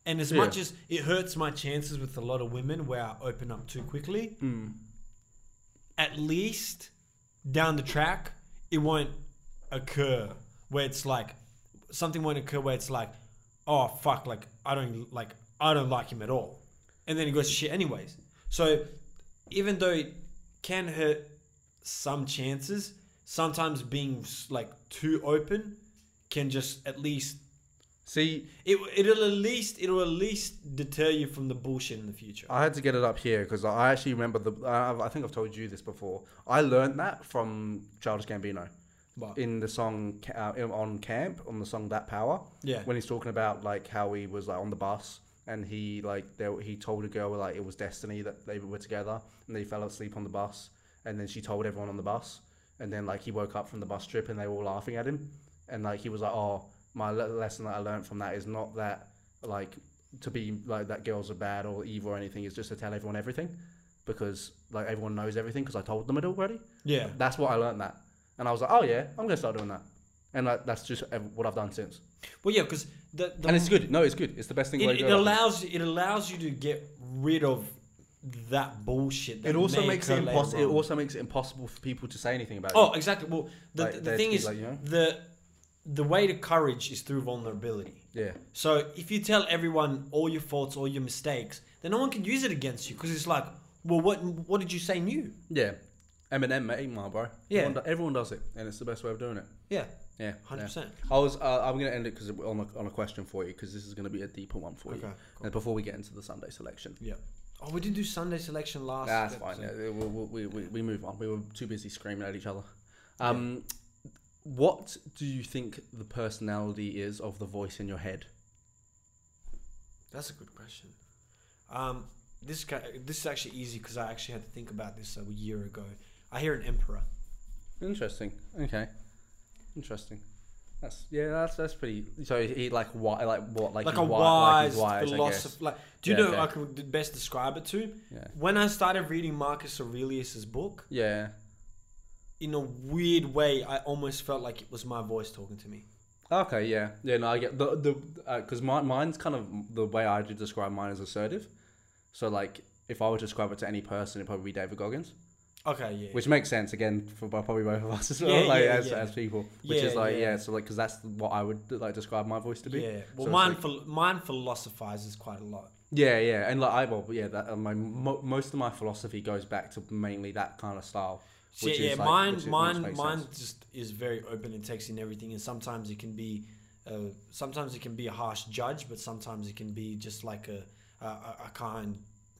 Speaker 1: And as
Speaker 2: Yeah.
Speaker 1: much as it hurts my chances with a lot of women where I open up too quickly, at least down the track, it won't occur where it's like something won't occur where it's like, oh fuck, like I don't like I don't like him at all, and then he goes to shit anyways. So even though it can hurt some chances, sometimes being like too open can just at least
Speaker 2: See,
Speaker 1: it it'll at least it'll at least deter you from the bullshit in the future.
Speaker 2: I had to get it up here because I actually remember the. I, I think I've told you this before. I learned that from Childish Gambino
Speaker 1: But
Speaker 2: in the song Ca- uh, on camp on the song That Power.
Speaker 1: Yeah.
Speaker 2: When he's talking about like how he was like on the bus and he like there, he told a girl like it was destiny that they were together and they fell asleep on the bus and then she told everyone on the bus and then like he woke up from the bus trip and they were all laughing at him and like he was like oh my le- lesson that I learned from that is not that like to be like that girls are bad or evil or anything is just to tell everyone everything because like everyone knows everything because I told them it already
Speaker 1: yeah,
Speaker 2: that's what I learned that. And I was like, oh yeah, I'm gonna start doing that. And like, that's just ev- what I've done since.
Speaker 1: well yeah, because the, the
Speaker 2: And it's good. No, it's good. It's the best thing.
Speaker 1: it,
Speaker 2: I've
Speaker 1: it
Speaker 2: ever done.
Speaker 1: allows it allows you to get rid of that bullshit. That
Speaker 2: It also
Speaker 1: may
Speaker 2: makes it
Speaker 1: occur later
Speaker 2: impossible. It
Speaker 1: on.
Speaker 2: also makes it impossible for people to say anything about
Speaker 1: oh
Speaker 2: it.
Speaker 1: exactly. Well, the,
Speaker 2: Like,
Speaker 1: the
Speaker 2: there's
Speaker 1: thing
Speaker 2: people
Speaker 1: is
Speaker 2: like, you know?
Speaker 1: the the way to courage is through vulnerability.
Speaker 2: Yeah.
Speaker 1: So if you tell everyone all your faults, all your mistakes, then no one can use it against you because it's like, Well, what what did you say new?
Speaker 2: Yeah. Eminem, mate, mile, bro.
Speaker 1: Yeah.
Speaker 2: Everyone, do- everyone does it, and it's the best way of doing it.
Speaker 1: Yeah,
Speaker 2: Yeah.
Speaker 1: hundred
Speaker 2: yeah.
Speaker 1: percent.
Speaker 2: I was. Uh, I'm gonna end it because on a, on a question for you because this is gonna be a deeper one for you.
Speaker 1: Okay,
Speaker 2: And before we get into the Sunday selection,
Speaker 1: Yeah. Oh, we didn't do Sunday selection last.
Speaker 2: that's fine.
Speaker 1: episode.
Speaker 2: yeah, we, we, we, we move on. We were too busy screaming at each other. Um, what do you think the personality is of the voice in your head?
Speaker 1: That's a good question. Um, this ki- this is actually easy because I actually had to think about this uh, a year ago. I hear an emperor.
Speaker 2: Interesting. Okay. Interesting. That's yeah. That's that's pretty. So he- he like why like what like
Speaker 1: like
Speaker 2: he's
Speaker 1: a
Speaker 2: wi- like
Speaker 1: wise,
Speaker 2: he's wise, I guess.
Speaker 1: philosopher. Like, do you
Speaker 2: Yeah,
Speaker 1: know
Speaker 2: okay.
Speaker 1: I can d- best describe it to?
Speaker 2: Yeah.
Speaker 1: When I started reading Marcus Aurelius's book,
Speaker 2: Yeah.
Speaker 1: in a weird way, I almost felt like it was my voice talking to me.
Speaker 2: Okay, yeah, yeah. No, I get the the because my mine's kind of the way I do describe mine is assertive. So like, if I were to describe it to any person, it'd probably be David Goggins,
Speaker 1: Okay, yeah.
Speaker 2: which makes sense again for bo- probably both of us as well,
Speaker 1: Yeah,
Speaker 2: like
Speaker 1: yeah,
Speaker 2: as,
Speaker 1: yeah.
Speaker 2: as people, which is
Speaker 1: Yeah,
Speaker 2: like
Speaker 1: yeah.
Speaker 2: yeah. so like because that's what I would like describe my voice to be.
Speaker 1: yeah.
Speaker 2: So
Speaker 1: Well,
Speaker 2: it's
Speaker 1: mine
Speaker 2: like-
Speaker 1: phil- mine philosophizes quite a lot.
Speaker 2: yeah, yeah, and like I well, yeah, that uh, my mo- most of my philosophy goes back to mainly that kind of style.
Speaker 1: So, yeah, yeah,
Speaker 2: like-
Speaker 1: mine,
Speaker 2: which is- which
Speaker 1: mine,
Speaker 2: makes
Speaker 1: mine
Speaker 2: sense.
Speaker 1: just is very open and takes in everything, and sometimes it can be, uh, sometimes it can be a harsh judge, but sometimes it can be just like a a, a a kind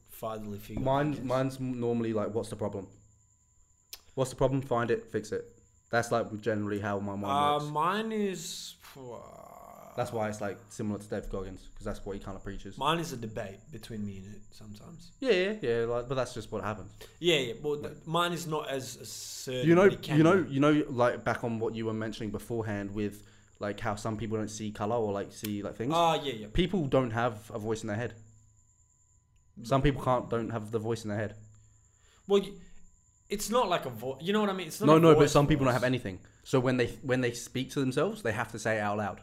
Speaker 1: fatherly figure. I
Speaker 2: Mine,
Speaker 1: guess.
Speaker 2: mine's normally like, what's the problem? What's the problem? Find it, fix it. That's like generally how my mind
Speaker 1: Uh,
Speaker 2: works.
Speaker 1: mine is.
Speaker 2: That's why it's like similar to Dave Goggins because that's what he kind of preaches.
Speaker 1: Mine is a debate between me and it sometimes.
Speaker 2: yeah, yeah, yeah. Like, but that's just what happens.
Speaker 1: Yeah, yeah. Well, th- mine is not as assertive.
Speaker 2: You know,
Speaker 1: but it can
Speaker 2: you know,
Speaker 1: be.
Speaker 2: you know. Like back on what you were mentioning beforehand with like how some people don't see color or like see like things.
Speaker 1: Ah, yeah, yeah.
Speaker 2: people don't have a voice in their head. Some people can't don't have the voice in their head.
Speaker 1: Well, y- it's not like a voice. You know what I mean? It's not
Speaker 2: No,
Speaker 1: a
Speaker 2: no. But
Speaker 1: voice
Speaker 2: some people don't
Speaker 1: voice.
Speaker 2: have anything. So when they when they speak to themselves, they have to say it out loud.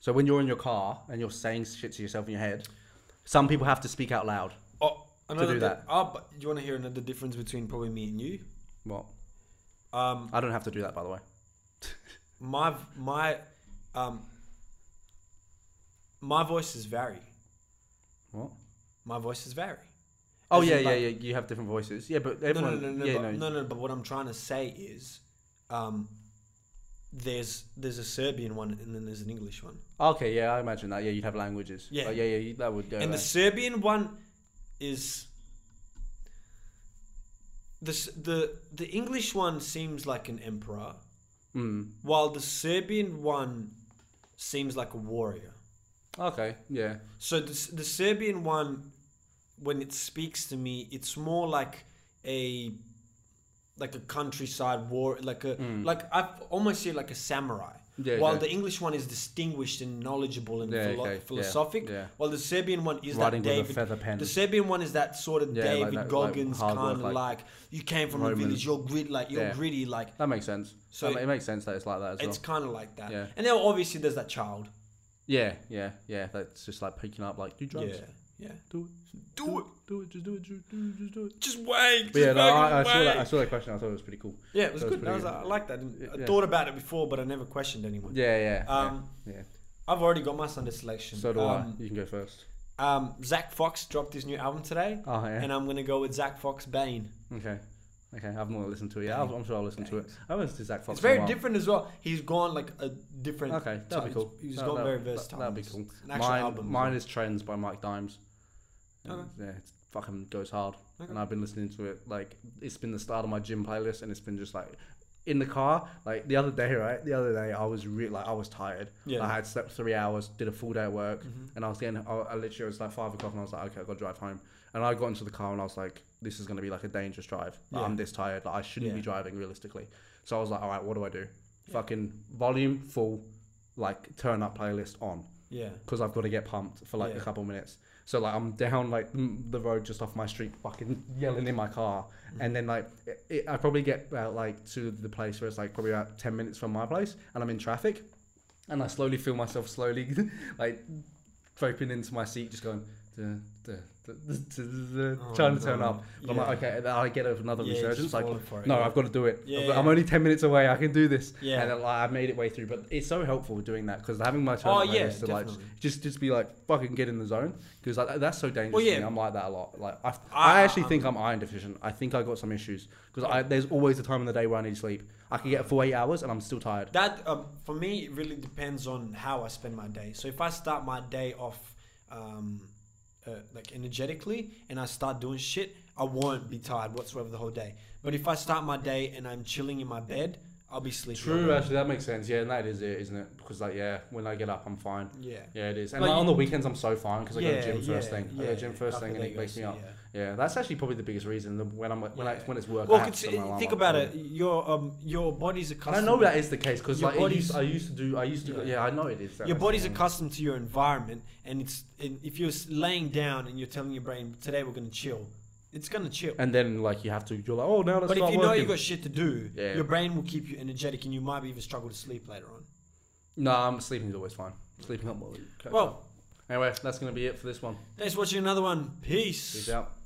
Speaker 2: So when you're in your car and you're saying shit to yourself in your head, some people have to speak out loud.
Speaker 1: Oh, another
Speaker 2: do
Speaker 1: di-
Speaker 2: that.
Speaker 1: Oh, but you want to hear another difference between probably me and you?
Speaker 2: Well,
Speaker 1: Um,
Speaker 2: I don't have to do that, by the way.
Speaker 1: my my um my voices vary.
Speaker 2: What?
Speaker 1: My voices vary.
Speaker 2: Oh
Speaker 1: As
Speaker 2: yeah,
Speaker 1: in,
Speaker 2: yeah,
Speaker 1: like-
Speaker 2: yeah. You have different voices. Yeah, but
Speaker 1: No, no,
Speaker 2: everyone.
Speaker 1: no, no,
Speaker 2: yeah,
Speaker 1: but,
Speaker 2: no.
Speaker 1: no, no. But what I'm trying to say is, um, there's there's a Serbian one and then there's an English one.
Speaker 2: Okay, yeah, I imagine that. Yeah, you'd have languages.
Speaker 1: Yeah.
Speaker 2: Like, yeah, yeah. you- That would go.
Speaker 1: and
Speaker 2: there.
Speaker 1: the Serbian one is the S- the the English one seems like an emperor,
Speaker 2: Mm.
Speaker 1: while the Serbian one seems like a warrior.
Speaker 2: Okay. Yeah.
Speaker 1: So the, S- the Serbian one, when it speaks to me, it's more like a like a countryside war, like a like I almost see it like a samurai.
Speaker 2: Mm. Yeah,
Speaker 1: while
Speaker 2: okay.
Speaker 1: the English one is distinguished and knowledgeable and
Speaker 2: Yeah,
Speaker 1: philo-
Speaker 2: okay, yeah,
Speaker 1: philosophic,
Speaker 2: yeah.
Speaker 1: while the Serbian one is
Speaker 2: Writing
Speaker 1: that
Speaker 2: with a
Speaker 1: David
Speaker 2: feather pen.
Speaker 1: The Serbian one is that sort of
Speaker 2: Yeah, like
Speaker 1: David
Speaker 2: that, like,
Speaker 1: Goggins
Speaker 2: hard work,
Speaker 1: kind of like,
Speaker 2: like-
Speaker 1: you came from a
Speaker 2: Roman.
Speaker 1: village, you're grit like you're
Speaker 2: Yeah.
Speaker 1: gritty, like
Speaker 2: That makes sense.
Speaker 1: So
Speaker 2: So
Speaker 1: it-
Speaker 2: it makes sense that it's like that as well.
Speaker 1: it's kind of like that.
Speaker 2: Yeah.
Speaker 1: And then obviously there's that child.
Speaker 2: Yeah, yeah, yeah. That's just like picking up. Like do drugs.
Speaker 1: Yeah, yeah.
Speaker 2: Do it.
Speaker 1: Do it.
Speaker 2: Do it. Just do it. Just do it. Just do it.
Speaker 1: Just wait.
Speaker 2: But yeah,
Speaker 1: just
Speaker 2: no, I, I
Speaker 1: fucking
Speaker 2: saw that.
Speaker 1: wait.
Speaker 2: I saw that question. I thought it was pretty cool.
Speaker 1: Yeah, it was
Speaker 2: That was
Speaker 1: good. I,
Speaker 2: pretty
Speaker 1: was,
Speaker 2: good.
Speaker 1: I like that. I didn't- I
Speaker 2: Yeah.
Speaker 1: thought about it before, but I never questioned anyone.
Speaker 2: Yeah, yeah. yeah,
Speaker 1: Um,
Speaker 2: yeah.
Speaker 1: I've already got my Sunday selection.
Speaker 2: So do
Speaker 1: um,
Speaker 2: I. You can go
Speaker 1: I.
Speaker 2: first.
Speaker 1: Um, Zach Fox dropped his new album today,
Speaker 2: Oh yeah.
Speaker 1: and I'm gonna go with Zach Fox Bane.
Speaker 2: okay. Okay. I've not listened to it. yet. I'll- I'm sure I'll listen to it. I haven't listened to Zach Fox.
Speaker 1: it's
Speaker 2: in a
Speaker 1: very
Speaker 2: while.
Speaker 1: different as well. He's gone like a different.
Speaker 2: Okay, that'd be
Speaker 1: type.
Speaker 2: cool.
Speaker 1: He's
Speaker 2: That-
Speaker 1: gone
Speaker 2: that-
Speaker 1: very
Speaker 2: that-
Speaker 1: versatile.
Speaker 2: That'd be
Speaker 1: It's
Speaker 2: cool.
Speaker 1: An actual
Speaker 2: mine,
Speaker 1: album.
Speaker 2: mine is Trends by Mike Dimes. And,
Speaker 1: Okay.
Speaker 2: Yeah, it fucking goes hard,
Speaker 1: Okay.
Speaker 2: and I've been listening to it. Like it's been the start of my gym playlist, and it's been just like in the car. Like the other day, right? The other day, I was really like I was tired.
Speaker 1: Yeah. Mm-hmm.
Speaker 2: I had slept three hours, did a full day at work, and I was getting. I, I literally it was like five o'clock, and I was like, okay, I gotta drive home. And I got into the car, and I was like, this is gonna be like a dangerous drive. Like,
Speaker 1: Yeah.
Speaker 2: I'm this tired. Like I shouldn't be
Speaker 1: Yeah.
Speaker 2: driving realistically. So I was like, all right, what do I do? Fucking volume full, like turn up playlist on
Speaker 1: Yeah.
Speaker 2: because I've got to get pumped for like
Speaker 1: Yeah.
Speaker 2: a couple minutes. So like I'm down like m- the road just off my street, fucking yelling in my car,
Speaker 1: Mm-hmm.
Speaker 2: and then like it, it, I probably get about like to the place where it's like probably about ten minutes from my place, and I'm in traffic, and I slowly feel myself slowly like dropping into my seat, just going. duh, duh, duh, duh, duh, duh, duh,
Speaker 1: Oh,
Speaker 2: trying to turn
Speaker 1: no.
Speaker 2: up. But I'm like, okay, and then I get another
Speaker 1: Yeah,
Speaker 2: resurgence.
Speaker 1: just
Speaker 2: Like,
Speaker 1: fall for it,
Speaker 2: no,
Speaker 1: yeah.
Speaker 2: I've got to do it.
Speaker 1: Yeah,
Speaker 2: I've-
Speaker 1: yeah.
Speaker 2: I'm only ten minutes away. I can do this.
Speaker 1: Yeah.
Speaker 2: and then, like, I've made it way through. But it's so helpful doing that because having my turn
Speaker 1: Oh,
Speaker 2: up like
Speaker 1: yeah,
Speaker 2: this to like
Speaker 1: definitely.
Speaker 2: just just be like fucking get in the zone because like, that's so dangerous.
Speaker 1: Well,
Speaker 2: to
Speaker 1: yeah.
Speaker 2: me. I'm like that a lot. Like I, I,
Speaker 1: I-
Speaker 2: actually
Speaker 1: I-
Speaker 2: think I'm iron deficient. I think I got some issues because I there's always a time in the day where I need sleep. I can get full eight hours and I'm still tired.
Speaker 1: That um, for me it really depends on how I spend my day. So if I start my day off um, uh, like energetically and I start doing shit, I won't be tired whatsoever the whole day. But if I start my day and I'm chilling in my bed, I'll be sleeping.
Speaker 2: True, actually, that makes sense. Yeah, and that is it, isn't it? Because like, yeah, when I get up, I'm fine.
Speaker 1: Yeah.
Speaker 2: Yeah, it is. And
Speaker 1: Like,
Speaker 2: like,
Speaker 1: you-
Speaker 2: on the weekends, I'm so fine because I go to gym first
Speaker 1: yeah,
Speaker 2: thing. I
Speaker 1: yeah,
Speaker 2: go gym first
Speaker 1: after
Speaker 2: thing, and
Speaker 1: that
Speaker 2: it
Speaker 1: you
Speaker 2: wakes me
Speaker 1: go
Speaker 2: up.
Speaker 1: to sleep,
Speaker 2: Yeah. that's actually probably the biggest reason. The, when I'm when I,
Speaker 1: Yeah.
Speaker 2: when it's work,
Speaker 1: Well,
Speaker 2: I have to
Speaker 1: cons-
Speaker 2: set my alarm
Speaker 1: think
Speaker 2: up.
Speaker 1: about it. Your um, your body's
Speaker 2: And
Speaker 1: accustomed.
Speaker 2: I know that is the case because
Speaker 1: Your
Speaker 2: like it used,
Speaker 1: body's-
Speaker 2: I used to do. I used to. Yeah,
Speaker 1: Yeah.
Speaker 2: yeah I know it is. that
Speaker 1: your
Speaker 2: that's
Speaker 1: body's
Speaker 2: the thing.
Speaker 1: accustomed to your environment, and it's and if you're s- laying down and you're telling your brain, "Today we're gonna chill," it's gonna chill.
Speaker 2: And then like you have to. You're like, oh, now let's
Speaker 1: But if you
Speaker 2: start
Speaker 1: know
Speaker 2: working.
Speaker 1: you've got shit to do,
Speaker 2: Yeah.
Speaker 1: your brain will keep you energetic, and you might even struggle to sleep later on.
Speaker 2: no, I'm sleeping's always fine. Sleeping up. Well,
Speaker 1: Well,
Speaker 2: anyway, that's gonna be it for this one.
Speaker 1: thanks for watching another one. Peace.
Speaker 2: Peace out.